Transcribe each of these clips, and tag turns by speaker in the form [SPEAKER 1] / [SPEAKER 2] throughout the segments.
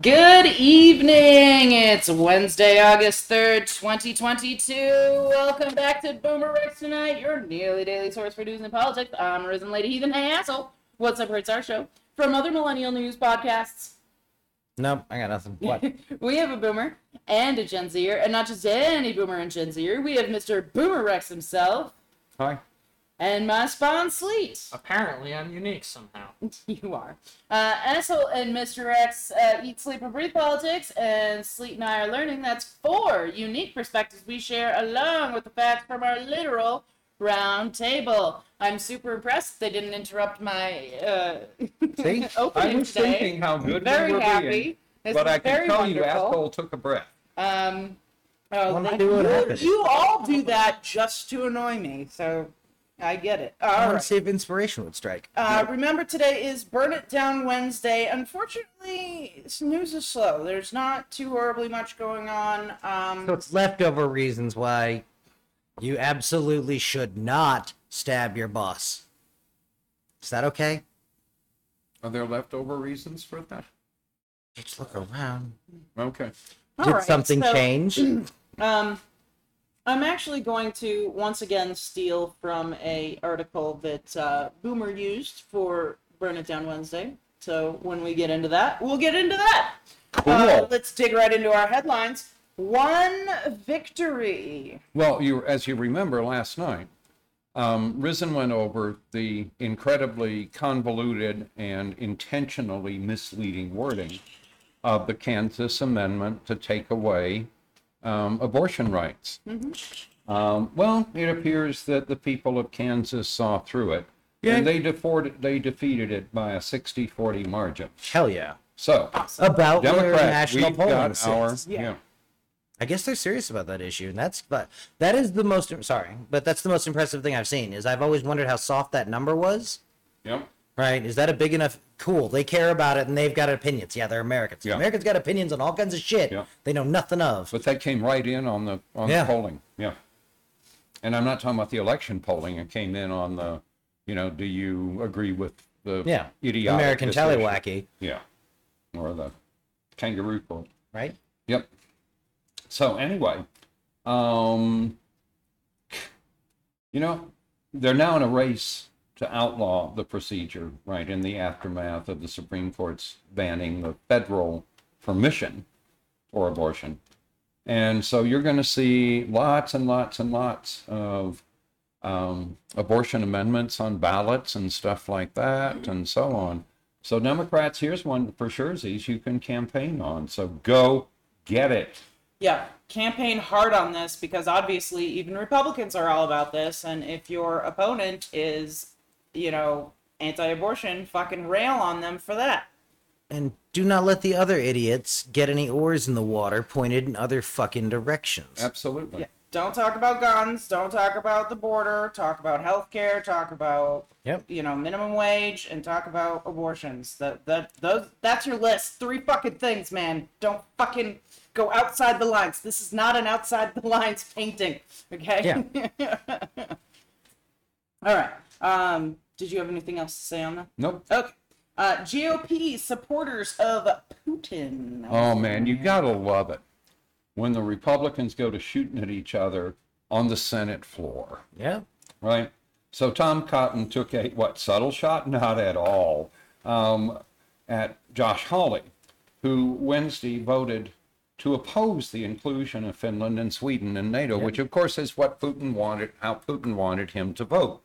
[SPEAKER 1] Good evening. It's Wednesday, August 3rd, 2022. Welcome back to Boomerix Tonight, your nearly daily source for news and politics. I'm Risen Lady Heathen. Hey, asshole. What's up, It's Our Show. From other millennial news podcasts,
[SPEAKER 2] Nope, I got nothing. What?
[SPEAKER 1] we have a boomer and a Gen Zer, and not just any boomer and Gen Zer. We have Mr. Boomer Rex himself
[SPEAKER 2] Hi.
[SPEAKER 1] and my spawn Sleet.
[SPEAKER 3] Apparently, I'm unique somehow.
[SPEAKER 1] You are. Uh, Asshole and Mr. X uh, eat, sleep, and breathe politics, and Sleet and I are learning. That's four unique perspectives we share along with the facts from our literal round table. I'm super impressed they didn't interrupt my uh,
[SPEAKER 2] See, I
[SPEAKER 1] opening
[SPEAKER 2] was
[SPEAKER 1] today.
[SPEAKER 2] thinking how good
[SPEAKER 1] very
[SPEAKER 2] we were
[SPEAKER 1] happy.
[SPEAKER 2] being,
[SPEAKER 1] This
[SPEAKER 2] but
[SPEAKER 1] is
[SPEAKER 2] I can
[SPEAKER 1] very
[SPEAKER 2] tell you,
[SPEAKER 1] wonderful.
[SPEAKER 2] asshole took a breath.
[SPEAKER 1] Um, oh,
[SPEAKER 2] When I
[SPEAKER 1] thank
[SPEAKER 2] do
[SPEAKER 1] you.
[SPEAKER 2] it, it
[SPEAKER 4] You,
[SPEAKER 2] happens.
[SPEAKER 4] you all do that just to annoy me, so I get it.
[SPEAKER 2] I
[SPEAKER 4] All
[SPEAKER 2] want to
[SPEAKER 4] right.
[SPEAKER 2] see if inspiration would strike.
[SPEAKER 4] Uh, remember, today is Burn It Down Wednesday. Unfortunately, s- news is slow. There's not too horribly much going on.
[SPEAKER 2] so
[SPEAKER 4] Um,
[SPEAKER 2] it's leftover reasons why you absolutely should not stab your boss. Is that okay?
[SPEAKER 5] Are there leftover reasons for that?
[SPEAKER 2] Just look around.
[SPEAKER 5] Okay.
[SPEAKER 4] all
[SPEAKER 2] Did
[SPEAKER 4] right,
[SPEAKER 2] something
[SPEAKER 4] so,
[SPEAKER 2] change?
[SPEAKER 4] Um, I'm actually going to once again steal from a article that uh, Boomer used for Burn It Down Wednesday. So when we get into that, we'll get into that. Uh,
[SPEAKER 2] Cool.
[SPEAKER 4] let's dig right into our headlines. One victory.
[SPEAKER 5] Well, you, as you remember last night, um, Risen went over the incredibly convoluted and intentionally misleading wording of the Kansas amendment to take away um, abortion rights. Um, well, it appears that the people of Kansas saw through it, and they, deforded, they defeated it by a 60-40 margin.
[SPEAKER 2] Hell yeah.
[SPEAKER 5] So,
[SPEAKER 2] About where
[SPEAKER 5] Democrats,
[SPEAKER 2] national
[SPEAKER 5] we've
[SPEAKER 2] polling
[SPEAKER 5] got
[SPEAKER 2] sits.
[SPEAKER 5] our
[SPEAKER 4] Yeah.
[SPEAKER 5] yeah.
[SPEAKER 2] I guess they're serious about that issue, and that's but that is the most sorry, but that's the most impressive thing I've seen. Is I've always wondered how soft that number was.
[SPEAKER 5] Yep.
[SPEAKER 2] Right? Is that a big enough? Cool. They care about it and they've got opinions. Yeah, they're Americans.
[SPEAKER 5] Yeah.
[SPEAKER 2] Americans got opinions on all kinds of shit
[SPEAKER 5] Yeah.
[SPEAKER 2] they know nothing of.
[SPEAKER 5] But that came right in on the on
[SPEAKER 2] Yeah.
[SPEAKER 5] the polling. Yeah. And I'm not talking about the election polling. It came in on the, you know, do you agree with the
[SPEAKER 2] yeah.
[SPEAKER 5] idiotic
[SPEAKER 2] American
[SPEAKER 5] decision?
[SPEAKER 2] tallywhacky,
[SPEAKER 5] Yeah. Or the kangaroo court.
[SPEAKER 2] right?
[SPEAKER 5] Yep. So anyway, um, you know, they're now in a race to outlaw the procedure, right? In the aftermath of the Supreme Court's banning the federal permission for abortion, and so you're going to see lots and lots and lots of um, abortion amendments on ballots and stuff like that, and so on. So Democrats, here's one for surezies you can campaign on. So go get it.
[SPEAKER 4] Yeah, campaign hard on this because obviously even Republicans are all about this. And if your opponent is, you know, anti abortion, fucking rail on them for that.
[SPEAKER 2] And do not let the other idiots get any oars in the water pointed in other fucking directions.
[SPEAKER 5] Absolutely.
[SPEAKER 4] Yeah. Don't talk about guns. Don't talk about the border. Talk about healthcare. Talk about
[SPEAKER 2] Yep.
[SPEAKER 4] you know minimum wage and talk about abortions. That that those that's your list. Three fucking things, man. Don't fucking go outside the lines. This is not an outside the lines painting. Okay. Yeah. All right. Um. Did you have anything else to say on that?
[SPEAKER 5] Nope.
[SPEAKER 4] Okay. Uh, GOP supporters of Putin.
[SPEAKER 5] Oh man, you gotta love it when the Republicans go to shooting at each other on the Senate floor,
[SPEAKER 2] Yeah.
[SPEAKER 5] right? So Tom Cotton took a what subtle shot? Not at all. Um, at Josh Hawley, who Wednesday voted to oppose the inclusion of Finland and Sweden in NATO, which of course is what Putin wanted, how Putin wanted him to vote.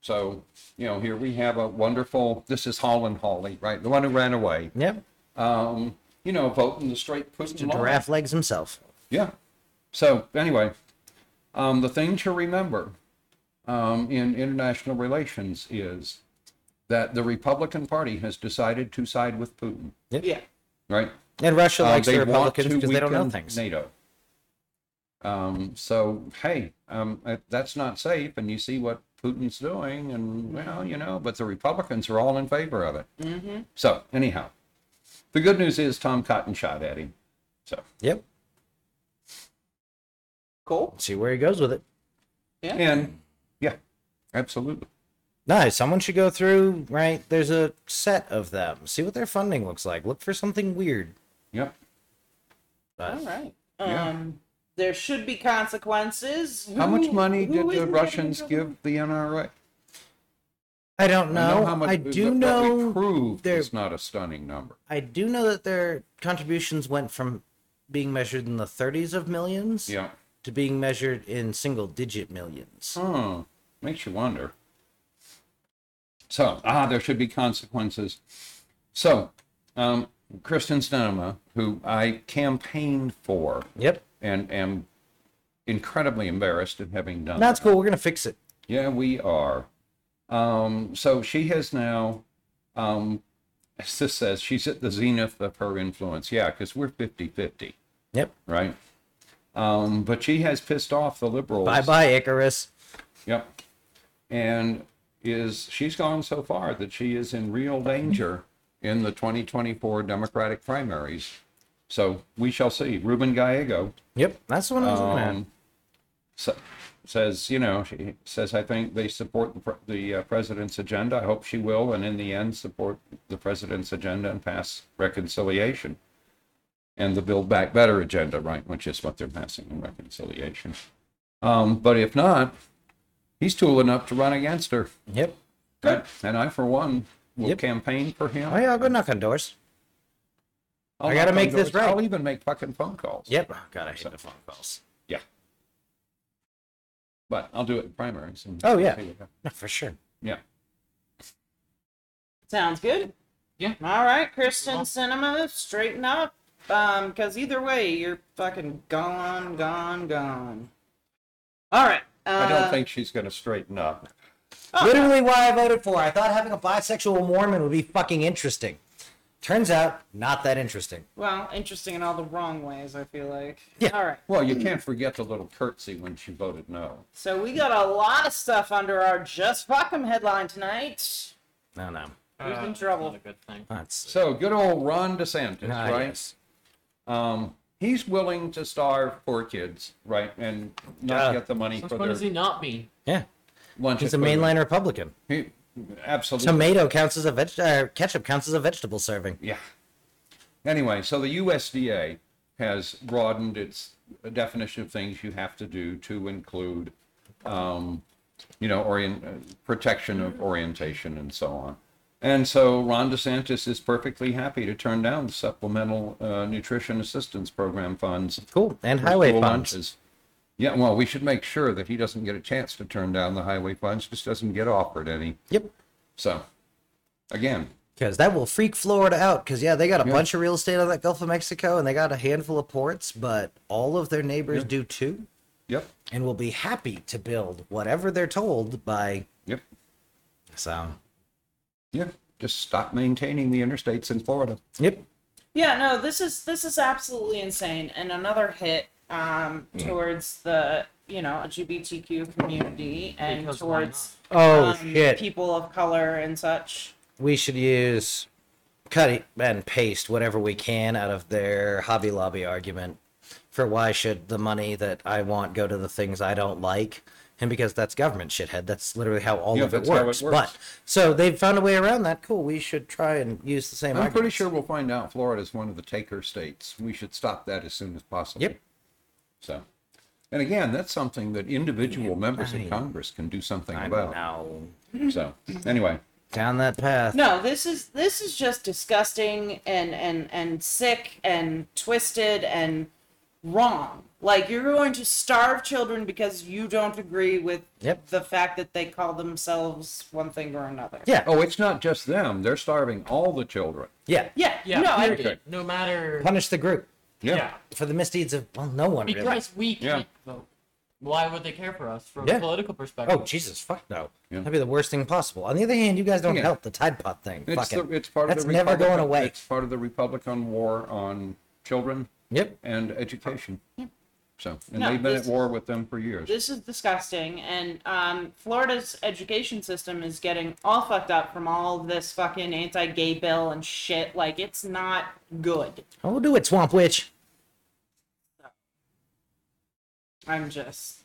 [SPEAKER 5] So, you know, here we have a wonderful, this is Holland Hawley, right? The one who ran away.
[SPEAKER 2] Yep.
[SPEAKER 5] um, you know, voting the straight
[SPEAKER 2] To
[SPEAKER 5] Putin line.
[SPEAKER 2] giraffe legs himself.
[SPEAKER 5] Yeah. So anyway, um, the thing to remember um, in international relations is that the Republican Party has decided to side with Putin,
[SPEAKER 4] Yeah.
[SPEAKER 5] right?
[SPEAKER 2] And Russia
[SPEAKER 5] Uh,
[SPEAKER 2] likes the
[SPEAKER 5] they want to
[SPEAKER 2] Republicans because they don't know
[SPEAKER 5] weaken
[SPEAKER 2] things.
[SPEAKER 5] NATO. Um, so hey, um, uh, that's not safe, and you see what Putin's doing, and well, you know, but the Republicans are all in favor of it. So anyhow, the good news is Tom Cotton shot at him. So
[SPEAKER 2] Yep.
[SPEAKER 4] Cool.
[SPEAKER 2] See where he goes with it.
[SPEAKER 5] and yeah, absolutely.
[SPEAKER 2] No, someone should go through, right? There's a set of them. See what their funding looks like. Look for something weird.
[SPEAKER 5] Yep.
[SPEAKER 2] But
[SPEAKER 4] All right.
[SPEAKER 5] Yeah.
[SPEAKER 4] Um, there should be consequences.
[SPEAKER 5] How much
[SPEAKER 4] Who-
[SPEAKER 5] money
[SPEAKER 4] who
[SPEAKER 5] did
[SPEAKER 4] is
[SPEAKER 5] the
[SPEAKER 4] getting
[SPEAKER 5] Russians
[SPEAKER 4] in trouble?
[SPEAKER 5] give the NRA?
[SPEAKER 2] I don't
[SPEAKER 5] I
[SPEAKER 2] know. I,
[SPEAKER 5] how much, but
[SPEAKER 2] do
[SPEAKER 5] what We
[SPEAKER 2] know.
[SPEAKER 5] proved
[SPEAKER 2] they're-
[SPEAKER 5] is not a stunning number.
[SPEAKER 2] I do know that their contributions went from being measured in the 30s of millions
[SPEAKER 5] Yeah.
[SPEAKER 2] to being measured in single-digit millions.
[SPEAKER 5] Oh, makes you wonder. So, ah, there should be consequences. So, um, Kristen Stenema, who I campaigned for
[SPEAKER 2] Yep,
[SPEAKER 5] and am incredibly embarrassed at having done
[SPEAKER 2] that's
[SPEAKER 5] that.
[SPEAKER 2] cool. We're gonna fix it.
[SPEAKER 5] Yeah, we are. Um, so she has now, um, as this says, she's at the zenith of her influence. Yeah, because we're 50 50,
[SPEAKER 2] Yep.
[SPEAKER 5] right? Um, but she has pissed off the liberals.
[SPEAKER 2] Bye bye, Icarus.
[SPEAKER 5] Yep. And is she's gone so far that she is in real danger in the 2024 Democratic primaries. So we shall see. Ruben Gallego
[SPEAKER 2] Yep, that's the one I was looking at.
[SPEAKER 5] um, sa- says, you know, she says, I think they support the, pre- the uh, president's agenda. I hope she will, and in the end, support the president's agenda and pass reconciliation and the Build Back Better agenda, right? Which is what they're passing in reconciliation. Um, but if not, he's tooling up to run against her.
[SPEAKER 2] Yep.
[SPEAKER 5] Good. And I, for one, will
[SPEAKER 2] Yep.
[SPEAKER 5] campaign for him.
[SPEAKER 2] Oh yeah, I'll go knock on doors.
[SPEAKER 5] I'll
[SPEAKER 2] I gotta
[SPEAKER 5] knock on
[SPEAKER 2] make this
[SPEAKER 5] doors.
[SPEAKER 2] right.
[SPEAKER 5] I'll even make fucking phone calls.
[SPEAKER 2] Yep. Oh, God, I hate the phone calls.
[SPEAKER 5] Yeah. But I'll do it in primaries. and-
[SPEAKER 2] Oh, yeah. No, for sure.
[SPEAKER 5] Yeah.
[SPEAKER 4] Sounds good.
[SPEAKER 3] Yeah.
[SPEAKER 4] All right, Kristen Cinema, straighten up. Um, cause either way, you're fucking gone, gone, gone. All right. Uh,
[SPEAKER 5] I don't think she's going to straighten up.
[SPEAKER 2] Literally why I voted for. I thought having a bisexual Mormon would be fucking interesting. Turns out, not that interesting.
[SPEAKER 4] Well, interesting in all the wrong ways. I feel like.
[SPEAKER 2] Yeah.
[SPEAKER 4] All right.
[SPEAKER 5] Well, you can't forget the little curtsy when she voted no.
[SPEAKER 4] So we got a lot of stuff under our just fuck 'em headline tonight.
[SPEAKER 2] No, no.
[SPEAKER 4] Who's in
[SPEAKER 3] that's
[SPEAKER 4] trouble?
[SPEAKER 3] not a good thing.
[SPEAKER 2] That's
[SPEAKER 5] So good old Ron DeSantis,
[SPEAKER 2] Ah,
[SPEAKER 5] right?
[SPEAKER 2] yes.
[SPEAKER 5] Um, he's willing to starve poor kids, right, and not
[SPEAKER 2] Yeah.
[SPEAKER 5] get the money
[SPEAKER 3] Since
[SPEAKER 5] for
[SPEAKER 3] when
[SPEAKER 5] their
[SPEAKER 3] has he not been?
[SPEAKER 2] Yeah.
[SPEAKER 5] lunch.
[SPEAKER 2] He's a
[SPEAKER 5] and food.
[SPEAKER 2] mainline Republican.
[SPEAKER 5] He- absolutely.
[SPEAKER 2] Tomato counts as a veg. Uh, ketchup counts as a vegetable serving.
[SPEAKER 5] Yeah. Anyway, so the USDA has broadened its definition of things you have to do to include, um, you know, orient, uh, protection of orientation and so on. And so Ron DeSantis is perfectly happy to turn down the supplemental uh, nutrition assistance program funds
[SPEAKER 2] Cool. And
[SPEAKER 5] for
[SPEAKER 2] highway
[SPEAKER 5] school
[SPEAKER 2] funds.
[SPEAKER 5] lunches. Yeah, well, we should make sure that he doesn't get a chance to turn down the highway funds, just doesn't get offered any.
[SPEAKER 2] Yep.
[SPEAKER 5] So, again,
[SPEAKER 2] Because that will freak Florida out. Because, yeah, they got a bunch of real estate on that Gulf of Mexico and they got a handful of ports, but all of their neighbors do too
[SPEAKER 5] yep,
[SPEAKER 2] and will be happy to build whatever they're told by.
[SPEAKER 5] yep.
[SPEAKER 2] So,
[SPEAKER 5] Yeah, just stop maintaining the interstates in Florida.
[SPEAKER 2] yep.
[SPEAKER 4] Yeah, no, this is this is absolutely insane, and another hit um, towards the you know LGBTQ community and
[SPEAKER 3] Because why
[SPEAKER 4] towards
[SPEAKER 2] Oh,
[SPEAKER 4] um,
[SPEAKER 2] shit.
[SPEAKER 4] people of color and such.
[SPEAKER 2] we should use cut and paste whatever we can out of their Hobby Lobby argument for why should the money that I want go to the things I don't like. And because that's government shithead, that's literally how all
[SPEAKER 5] Yeah,
[SPEAKER 2] of it
[SPEAKER 5] that's how it
[SPEAKER 2] works.
[SPEAKER 5] works.
[SPEAKER 2] But so they've found a way around that. Cool. We should try and use the same.
[SPEAKER 5] I'm pretty
[SPEAKER 2] arguments.
[SPEAKER 5] sure we'll find out Florida is one of the taker states. We should stop that as soon as possible.
[SPEAKER 2] Yep.
[SPEAKER 5] So, and again, that's something that individual members
[SPEAKER 2] I-
[SPEAKER 5] of Congress can do something
[SPEAKER 2] I
[SPEAKER 5] about.
[SPEAKER 2] know.
[SPEAKER 5] So, anyway,
[SPEAKER 2] Down that path.
[SPEAKER 4] No, this is this is just disgusting and and and sick and twisted and wrong. Like you're going to starve children because you don't agree with
[SPEAKER 2] Yep.
[SPEAKER 4] the fact that they call themselves one thing or another.
[SPEAKER 2] Yeah.
[SPEAKER 5] oh, it's not just them. They're starving all the children.
[SPEAKER 2] Yeah.
[SPEAKER 4] Yeah,
[SPEAKER 3] Yeah,
[SPEAKER 4] no, I,
[SPEAKER 3] period. no matter.
[SPEAKER 2] Punish the group
[SPEAKER 5] Yeah.
[SPEAKER 2] for the misdeeds of well, no one really.
[SPEAKER 3] Because we
[SPEAKER 5] Yeah.
[SPEAKER 3] can't vote. Why would they care for us from
[SPEAKER 2] Yeah.
[SPEAKER 3] a political perspective?
[SPEAKER 2] Oh Jesus, fuck no.
[SPEAKER 5] Yeah.
[SPEAKER 2] That'd be the worst thing possible. On the other hand, you guys don't
[SPEAKER 5] Yeah.
[SPEAKER 2] help the Tide Pod thing.
[SPEAKER 5] It's,
[SPEAKER 2] Fucking,
[SPEAKER 5] the, it's part of
[SPEAKER 2] that's
[SPEAKER 5] the
[SPEAKER 2] never
[SPEAKER 5] Republican-
[SPEAKER 2] going away.
[SPEAKER 5] It's part of the Republican war on children
[SPEAKER 2] Yep.
[SPEAKER 5] and education. So, and
[SPEAKER 4] No,
[SPEAKER 5] they've been at
[SPEAKER 4] this-
[SPEAKER 5] war with them for years.
[SPEAKER 4] This is disgusting, and um, Florida's education system is getting all fucked up from all this fucking anti-gay bill and shit. Like, it's not good.
[SPEAKER 2] Oh, do it, Swamp Witch.
[SPEAKER 4] I'm just,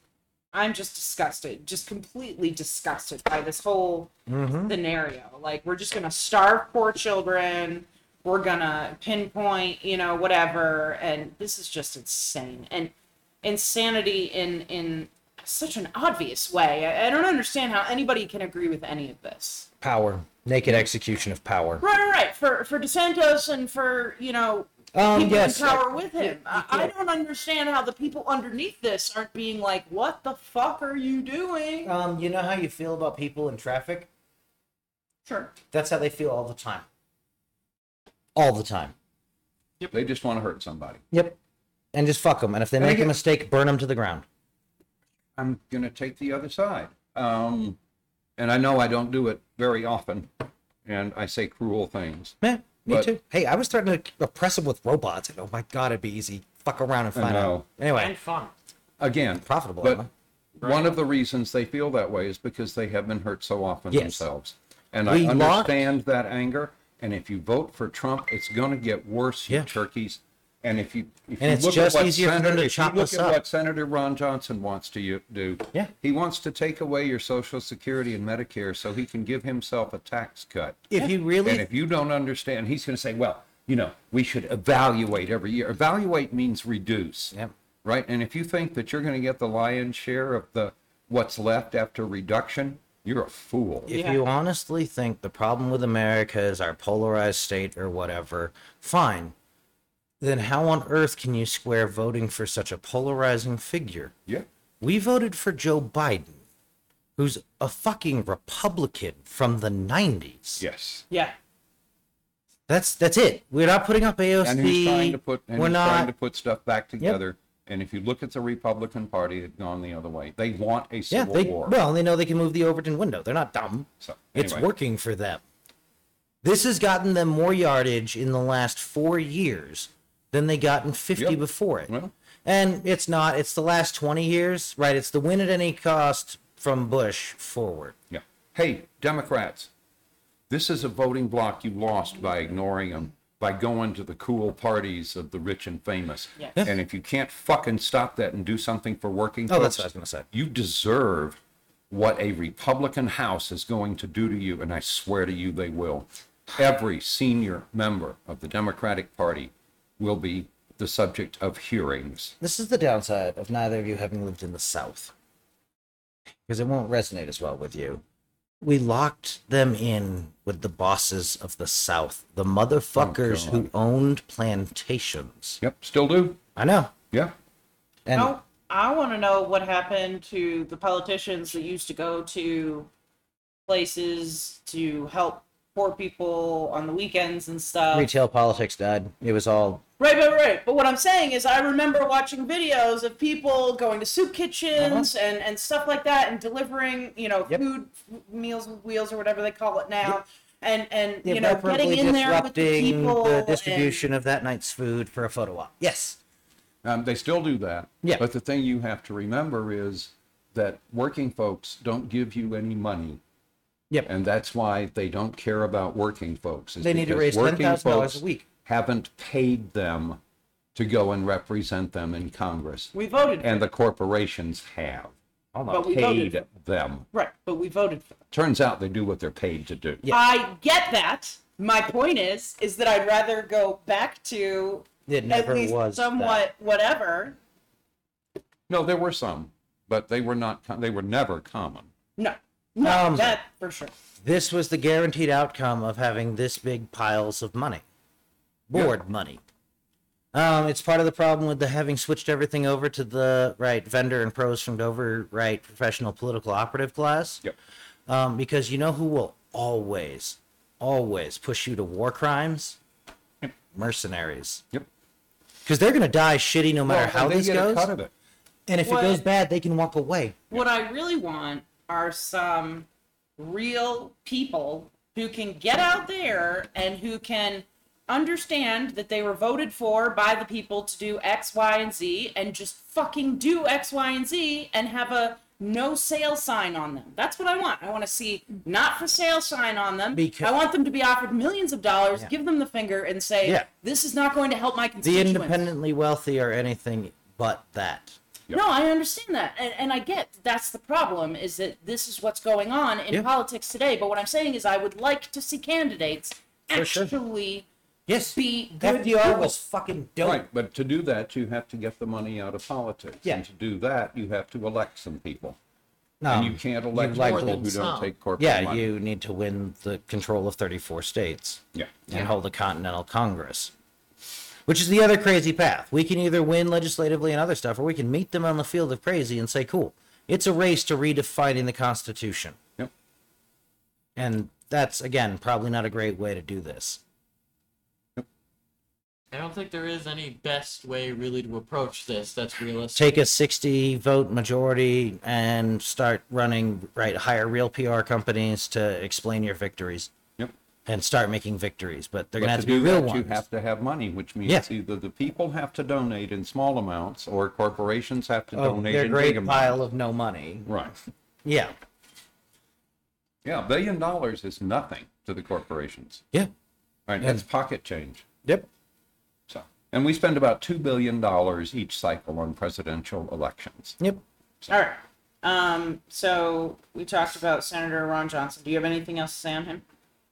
[SPEAKER 4] I'm just disgusted, just completely disgusted by this whole scenario. Like, we're just gonna starve poor children. we're gonna pinpoint, you know, whatever. And this is just insane and insanity in in such an obvious way. I, I don't understand how anybody can agree with any of this.
[SPEAKER 2] Power. Naked execution of power.
[SPEAKER 4] Right, right, right. For for DeSantos and for you know
[SPEAKER 2] Um,
[SPEAKER 4] people
[SPEAKER 2] yes.
[SPEAKER 4] in power with him. I, I don't understand how the people underneath this aren't being like, "What the fuck are you doing?"
[SPEAKER 2] Um, you know how you feel about people in traffic?
[SPEAKER 4] Sure.
[SPEAKER 2] That's how they feel all the time. All the time.
[SPEAKER 5] They just want to hurt somebody.
[SPEAKER 2] Yep. And just fuck them. And if they
[SPEAKER 5] And
[SPEAKER 2] make a
[SPEAKER 5] again-
[SPEAKER 2] mistake, burn them to the ground.
[SPEAKER 5] I'm going to take the other side. Um, and I know I don't do it very often, and I say cruel things.
[SPEAKER 2] Man, me
[SPEAKER 5] But-
[SPEAKER 2] too. Hey, I was starting to oppress them with robots. And, oh my god, it'd be easy. Fuck around and
[SPEAKER 5] I
[SPEAKER 2] find out.
[SPEAKER 5] know.
[SPEAKER 2] Anyway,
[SPEAKER 3] And fun.
[SPEAKER 5] Again,
[SPEAKER 2] profitable.
[SPEAKER 5] but
[SPEAKER 2] Emma.
[SPEAKER 5] one of the reasons they feel that way is because they have been hurt so often
[SPEAKER 2] Yes.
[SPEAKER 5] themselves. And
[SPEAKER 2] We
[SPEAKER 5] I
[SPEAKER 2] lost-
[SPEAKER 5] understand that anger. And if you vote for Trump, it's going to get worse, you
[SPEAKER 2] Yeah.
[SPEAKER 5] turkeys. And if you, if
[SPEAKER 2] And
[SPEAKER 5] you
[SPEAKER 2] it's
[SPEAKER 5] look
[SPEAKER 2] just
[SPEAKER 5] at what
[SPEAKER 2] easier for them
[SPEAKER 5] Senator,
[SPEAKER 2] to
[SPEAKER 5] if
[SPEAKER 2] chop
[SPEAKER 5] you look
[SPEAKER 2] us
[SPEAKER 5] at
[SPEAKER 2] up.
[SPEAKER 5] what Senator Ron Johnson wants to you, do,
[SPEAKER 2] Yeah.
[SPEAKER 5] he wants to take away your Social Security and Medicare so he can give himself a tax cut.
[SPEAKER 2] if you really
[SPEAKER 5] And if you don't understand, he's going to say, well, you know, we should evaluate every year. Evaluate means reduce.
[SPEAKER 2] Yep.
[SPEAKER 5] Right? And if you think that you're going to get the lion's share of the what's left after reduction, you're a fool.
[SPEAKER 2] If
[SPEAKER 4] Yeah.
[SPEAKER 2] you honestly think the problem with America is our polarized state or whatever, fine. Then how on earth can you square voting for such a polarizing figure?
[SPEAKER 5] Yeah.
[SPEAKER 2] We voted for Joe Biden, who's a fucking Republican from the 90s.
[SPEAKER 5] Yes.
[SPEAKER 4] Yeah.
[SPEAKER 2] That's that's it. We're not putting up AOC.
[SPEAKER 5] And he's trying to put and
[SPEAKER 2] We're
[SPEAKER 5] he's trying
[SPEAKER 2] not.
[SPEAKER 5] to put stuff back together. And if you look at the Republican Party, it's gone the other way. They want a
[SPEAKER 2] yeah,
[SPEAKER 5] civil
[SPEAKER 2] they
[SPEAKER 5] war.
[SPEAKER 2] well, they know they can move the Overton window. They're not dumb.
[SPEAKER 5] So,
[SPEAKER 2] It's
[SPEAKER 5] anyway.
[SPEAKER 2] working for them. This has gotten them more yardage in the last four years than they got in 50
[SPEAKER 5] Yep.
[SPEAKER 2] before it.
[SPEAKER 5] Well.
[SPEAKER 2] and it's not, it's the last 20 years, right? It's the win at any cost from Bush forward.
[SPEAKER 5] Yeah. Hey, Democrats, this is a voting block you lost by ignoring them, by going to the cool parties of the rich and famous.
[SPEAKER 4] Yes. Yeah.
[SPEAKER 5] And if you can't fucking stop that and do something for working
[SPEAKER 2] Oh, that's
[SPEAKER 5] folks,
[SPEAKER 2] what I was going to say.
[SPEAKER 5] you deserve what a Republican House is going to do to you, and I swear to you they will. Every senior member of the Democratic Party will be the subject of hearings.
[SPEAKER 2] This is the downside of neither of you having lived in the South. Because it won't resonate as well with you. We locked them in with the bosses of the South, the motherfuckers who
[SPEAKER 5] Oh, God.
[SPEAKER 2] owned plantations.
[SPEAKER 5] Yep, still do.
[SPEAKER 2] I know.
[SPEAKER 5] Yeah.
[SPEAKER 2] And
[SPEAKER 4] no, I want to know what happened to the politicians that used to go to places to help poor people on the weekends and stuff.
[SPEAKER 2] retail politics died. It was all
[SPEAKER 4] Right, right, right. But what I'm saying is, I remember watching videos of people going to soup kitchens and, and stuff like that, and delivering, you know,
[SPEAKER 2] Uh-huh. Yep.
[SPEAKER 4] food meals with wheels or whatever they call it now, and and you know, getting
[SPEAKER 2] irreparably
[SPEAKER 4] in there with the
[SPEAKER 2] disrupting
[SPEAKER 4] people,
[SPEAKER 2] the
[SPEAKER 4] and-
[SPEAKER 2] distribution of that night's food for a photo op. Yes.
[SPEAKER 5] Um, they still do that.
[SPEAKER 2] Yeah.
[SPEAKER 5] But the thing you have to remember is that working folks don't give you any money.
[SPEAKER 2] Yep.
[SPEAKER 5] And that's why they don't care about working folks. is
[SPEAKER 2] They need to
[SPEAKER 5] because
[SPEAKER 2] raise
[SPEAKER 5] working
[SPEAKER 2] $10,000 a
[SPEAKER 5] folks
[SPEAKER 2] week.
[SPEAKER 5] Haven't paid them to go and represent them in Congress,
[SPEAKER 4] we voted, for
[SPEAKER 5] and
[SPEAKER 4] it.
[SPEAKER 5] the corporations have
[SPEAKER 4] but we voted,
[SPEAKER 5] paid them.
[SPEAKER 4] right? But we voted. For it.
[SPEAKER 5] Turns out they do what they're paid to do.
[SPEAKER 2] Yeah.
[SPEAKER 4] I get that. My point is, is that I'd rather go back to
[SPEAKER 2] It never
[SPEAKER 4] at least
[SPEAKER 2] was that.
[SPEAKER 4] somewhat whatever.
[SPEAKER 5] No, there were some, but they were not. com- They were never common.
[SPEAKER 4] No, no,
[SPEAKER 2] Um,
[SPEAKER 4] that for sure.
[SPEAKER 2] This was the guaranteed outcome of having this big piles of money, board money. Um, it's part of the problem with the having switched everything over to the right vendor and pros from Dover right professional political operative class.
[SPEAKER 5] Yep.
[SPEAKER 2] Um, because you know who will always, always push you to war crimes? Mercenaries.
[SPEAKER 5] Yep.
[SPEAKER 2] Because they're going to die shitty no matter
[SPEAKER 5] Well,
[SPEAKER 2] how
[SPEAKER 5] and they
[SPEAKER 2] this
[SPEAKER 5] get
[SPEAKER 2] goes.
[SPEAKER 5] a cut of it.
[SPEAKER 2] And if
[SPEAKER 4] What?
[SPEAKER 2] it goes bad, they can walk away.
[SPEAKER 4] What I really want are some real people who can get out there and who can understand that they were voted for by the people to do X, Y, and Z and just fucking do X, Y, and Z and have a no sale sign on them. That's what I want. I want to see not for sale sign on them.
[SPEAKER 2] Because-
[SPEAKER 4] I want them to be offered millions of dollars,
[SPEAKER 2] Yeah.
[SPEAKER 4] give them the finger and say,
[SPEAKER 2] Yeah.
[SPEAKER 4] this is not going to help my
[SPEAKER 2] The
[SPEAKER 4] constituents.
[SPEAKER 2] independently wealthy are anything but that.
[SPEAKER 5] Yep.
[SPEAKER 4] No, I understand that, and, and I get that's the problem is that this is what's going on in
[SPEAKER 2] Yeah.
[SPEAKER 4] politics today. But what I'm saying is, I would like to see candidates
[SPEAKER 2] For sure.
[SPEAKER 4] actually
[SPEAKER 2] Yes.
[SPEAKER 4] be good
[SPEAKER 2] FDR
[SPEAKER 4] people.
[SPEAKER 2] was fucking dope.
[SPEAKER 5] Right, but to do that, you have to get the money out of politics.
[SPEAKER 2] Yeah.
[SPEAKER 5] And to do that, you have to elect some people.
[SPEAKER 2] No,
[SPEAKER 5] and you can't elect
[SPEAKER 2] you'd like
[SPEAKER 5] people
[SPEAKER 2] to-
[SPEAKER 5] who don't
[SPEAKER 3] some.
[SPEAKER 5] take corporate
[SPEAKER 2] Yeah,
[SPEAKER 5] money.
[SPEAKER 2] you need to win the control of 34 states
[SPEAKER 5] Yeah.
[SPEAKER 2] and hold a continental congress, which is the other crazy path. We can either win legislatively and other stuff, or we can meet them on the field of crazy and say, cool, it's a race to redefining the Constitution.
[SPEAKER 5] Yep.
[SPEAKER 2] And that's, again, probably not a great way to do this.
[SPEAKER 3] I don't think there is any best way really to approach this that's realistic.
[SPEAKER 2] Take a 60 vote majority and start running, right? Hire real PR companies to explain your victories
[SPEAKER 5] Yep.
[SPEAKER 2] and start making victories, but they're
[SPEAKER 5] But
[SPEAKER 2] going to have
[SPEAKER 5] to
[SPEAKER 2] to be
[SPEAKER 5] do
[SPEAKER 2] real
[SPEAKER 5] that,
[SPEAKER 2] ones.
[SPEAKER 5] you have to have money, which means
[SPEAKER 2] Yes.
[SPEAKER 5] either the people have to donate in small amounts or corporations have to
[SPEAKER 2] oh,
[SPEAKER 5] donate
[SPEAKER 2] their
[SPEAKER 5] in big
[SPEAKER 2] great
[SPEAKER 5] amounts.
[SPEAKER 2] pile of no money.
[SPEAKER 5] Right.
[SPEAKER 2] Yeah,
[SPEAKER 5] Yeah, a billion dollars is nothing to the corporations.
[SPEAKER 2] yeah,
[SPEAKER 5] Right.
[SPEAKER 2] Yeah.
[SPEAKER 5] That's pocket change.
[SPEAKER 2] yep.
[SPEAKER 5] So, and we spend about two billion dollars each cycle on presidential elections.
[SPEAKER 2] Yep.
[SPEAKER 4] All right. Um, so we talked about Senator Ron Johnson. Do you have anything else to say on him?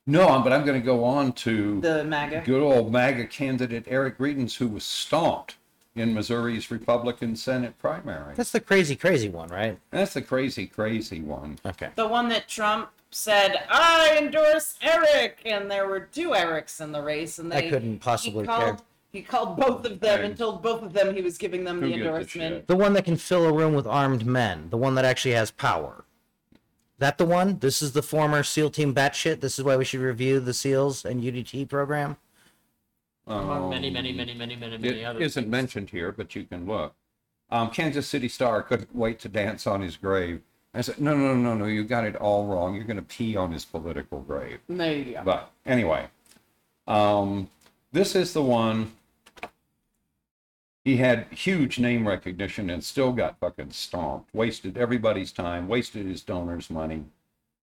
[SPEAKER 5] No, but I'm going to go on to
[SPEAKER 4] The MAGA.
[SPEAKER 5] good old MAGA candidate Eric Riedens, who was stomped in Missouri's Republican Senate primary.
[SPEAKER 2] That's the crazy, crazy one, right?
[SPEAKER 5] That's the crazy, crazy one.
[SPEAKER 2] Okay.
[SPEAKER 4] The one that Trump said, I endorse Eric, and there were two Erics in the race, and
[SPEAKER 2] I
[SPEAKER 4] they
[SPEAKER 2] couldn't possibly
[SPEAKER 4] he called,
[SPEAKER 2] care.
[SPEAKER 4] He called both of them
[SPEAKER 5] Right.
[SPEAKER 4] and told both of them he was giving them the
[SPEAKER 5] Who gives a
[SPEAKER 4] endorsement.
[SPEAKER 5] shit?
[SPEAKER 2] The one that can fill a room with armed men. The one that actually has power. That the one? This is the former SEAL Team batshit. This is why we should review the SEALs and UDT program.
[SPEAKER 5] Um,
[SPEAKER 3] Among many,
[SPEAKER 5] Oh,
[SPEAKER 3] many, many, many, many, many
[SPEAKER 5] It
[SPEAKER 3] others.
[SPEAKER 5] isn't mentioned here, but you can look. Um, Kansas City Star couldn't wait to dance on his grave. I said, no, no, no, no, you got it all wrong. You're going to pee on his political grave.
[SPEAKER 4] There you go.
[SPEAKER 5] But anyway, um, this is the one. He had huge name recognition and still got fucking stomped. Wasted everybody's time. Wasted his donors' money.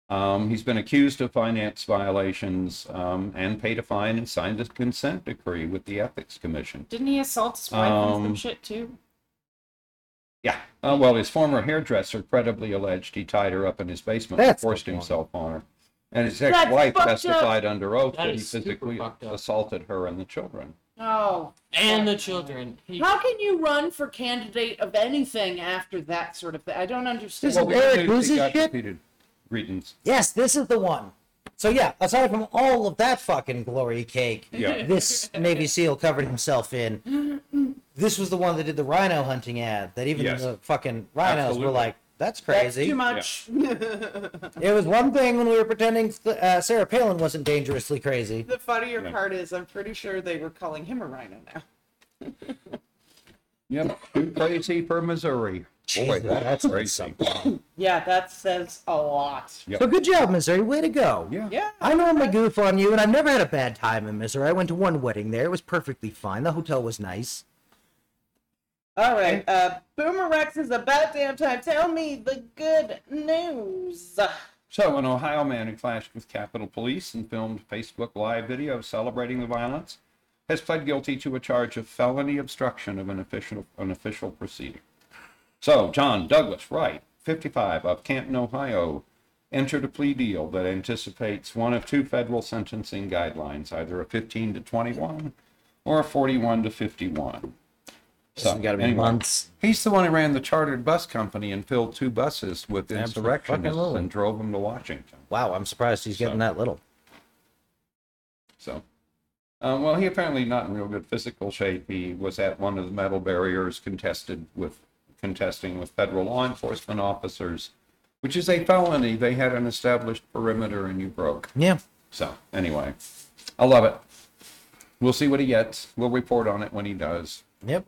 [SPEAKER 5] Um, he's been accused of finance violations um, and paid a fine and signed a consent decree with the Ethics Commission.
[SPEAKER 4] Didn't he assault his wife and some
[SPEAKER 5] Um,
[SPEAKER 4] shit too?
[SPEAKER 5] Yeah. Uh, well, his former hairdresser credibly alleged he tied her up in his basement and
[SPEAKER 2] That's
[SPEAKER 5] forced
[SPEAKER 2] the one.
[SPEAKER 5] himself on her. And his
[SPEAKER 4] That's
[SPEAKER 5] ex wife
[SPEAKER 4] fucked up.
[SPEAKER 5] testified under oath
[SPEAKER 3] That
[SPEAKER 5] that he
[SPEAKER 3] is super
[SPEAKER 5] physically
[SPEAKER 3] fucked up.
[SPEAKER 5] assaulted her and the children.
[SPEAKER 4] Oh.
[SPEAKER 3] and the children. He,
[SPEAKER 4] How can you run for candidate of anything after that sort of thing? I don't understand.
[SPEAKER 2] This is-
[SPEAKER 5] we
[SPEAKER 2] Eric
[SPEAKER 5] knew he
[SPEAKER 2] Boozy's
[SPEAKER 5] got
[SPEAKER 2] shit?
[SPEAKER 5] defeated. Greetings.
[SPEAKER 2] Yes, this is the one. So yeah, aside from all of that fucking glory cake,
[SPEAKER 5] Yeah.
[SPEAKER 2] this Navy SEAL covered himself in. This was the one that did the rhino hunting ad. That even
[SPEAKER 5] Yes.
[SPEAKER 2] the fucking rhinos
[SPEAKER 5] Absolutely.
[SPEAKER 2] were like,
[SPEAKER 4] That's
[SPEAKER 2] "That's crazy."
[SPEAKER 4] too much.
[SPEAKER 2] It was one thing when we were pretending uh, Sarah Palin wasn't dangerously crazy.
[SPEAKER 4] The funnier
[SPEAKER 5] Yeah.
[SPEAKER 4] part is, I'm pretty sure they were calling him a rhino now.
[SPEAKER 5] Yep. Too crazy for Missouri. Boy,
[SPEAKER 2] Jesus,
[SPEAKER 5] that's
[SPEAKER 2] that's
[SPEAKER 5] crazy.
[SPEAKER 2] something.
[SPEAKER 4] Yeah, that says a lot.
[SPEAKER 5] Yep.
[SPEAKER 2] So good job, Missouri. Way to go.
[SPEAKER 5] Yeah.
[SPEAKER 4] Yeah.
[SPEAKER 2] I normally goof on you, and I've never had a bad time in Missouri. I went to one wedding there. It was perfectly fine. The hotel was nice.
[SPEAKER 4] All right. Uh, Boomer Rex is about damn time. Tell me the good news.
[SPEAKER 5] So, an Ohio man who clashed with Capitol Police and filmed Facebook live video celebrating the violence has pled guilty to a charge of felony obstruction of an official an official proceeding. So, John Douglas Wright, 55, of Canton, Ohio, entered a plea deal that anticipates one of two federal sentencing guidelines, either a 15 to 21 or a 41 to 51. So, anyway, He's the one who ran the chartered bus company and filled two buses with
[SPEAKER 2] Absolutely fucking
[SPEAKER 5] insurrectionists
[SPEAKER 2] little.
[SPEAKER 5] and drove them to Washington.
[SPEAKER 2] Wow, I'm surprised he's getting
[SPEAKER 5] So-
[SPEAKER 2] that little.
[SPEAKER 5] So, um, well, he apparently not in real good physical shape. He was at one of the metal barriers contested with contesting with federal law enforcement officers, which is a felony. They had an established perimeter and you broke.
[SPEAKER 2] Yeah.
[SPEAKER 5] So anyway, I love it. We'll see what he gets. We'll report on it when he does.
[SPEAKER 2] Yep.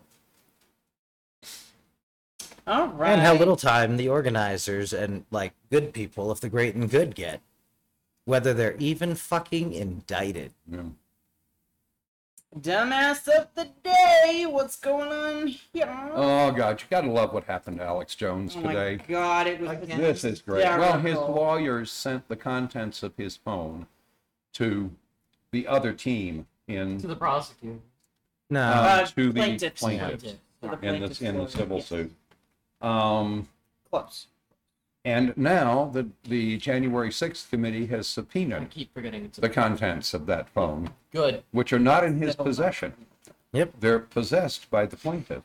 [SPEAKER 4] All right.
[SPEAKER 2] And how little time the organizers and like good people of the great and good get, whether they're even fucking indicted.
[SPEAKER 5] Yeah.
[SPEAKER 4] Dumbass of the day. What's going on here?
[SPEAKER 5] Oh God, you gotta love what happened to Alex Jones
[SPEAKER 4] Oh my
[SPEAKER 5] today.
[SPEAKER 4] God! It was
[SPEAKER 5] This is great. Well, his
[SPEAKER 4] hysterical.
[SPEAKER 5] lawyers sent the contents of his phone to the other team
[SPEAKER 3] to
[SPEAKER 5] in
[SPEAKER 3] the prosecutor.
[SPEAKER 2] No.
[SPEAKER 5] uh, to the
[SPEAKER 4] plaintiffs.
[SPEAKER 5] plaintiffs,
[SPEAKER 4] Plaintiffs.
[SPEAKER 3] Plaintiff.
[SPEAKER 4] To the
[SPEAKER 5] in
[SPEAKER 4] plaintiff's
[SPEAKER 5] the in the
[SPEAKER 4] lawyer.
[SPEAKER 5] civil
[SPEAKER 4] Yes.
[SPEAKER 5] suit. Um,
[SPEAKER 4] Close.
[SPEAKER 5] And now the, the January 6th committee has
[SPEAKER 3] I
[SPEAKER 5] subpoenaed
[SPEAKER 3] keep forgetting it's a
[SPEAKER 5] the contents of that phone,
[SPEAKER 3] good.
[SPEAKER 5] which are not in his possession.
[SPEAKER 2] Yep.
[SPEAKER 5] They're possessed by the plaintiff.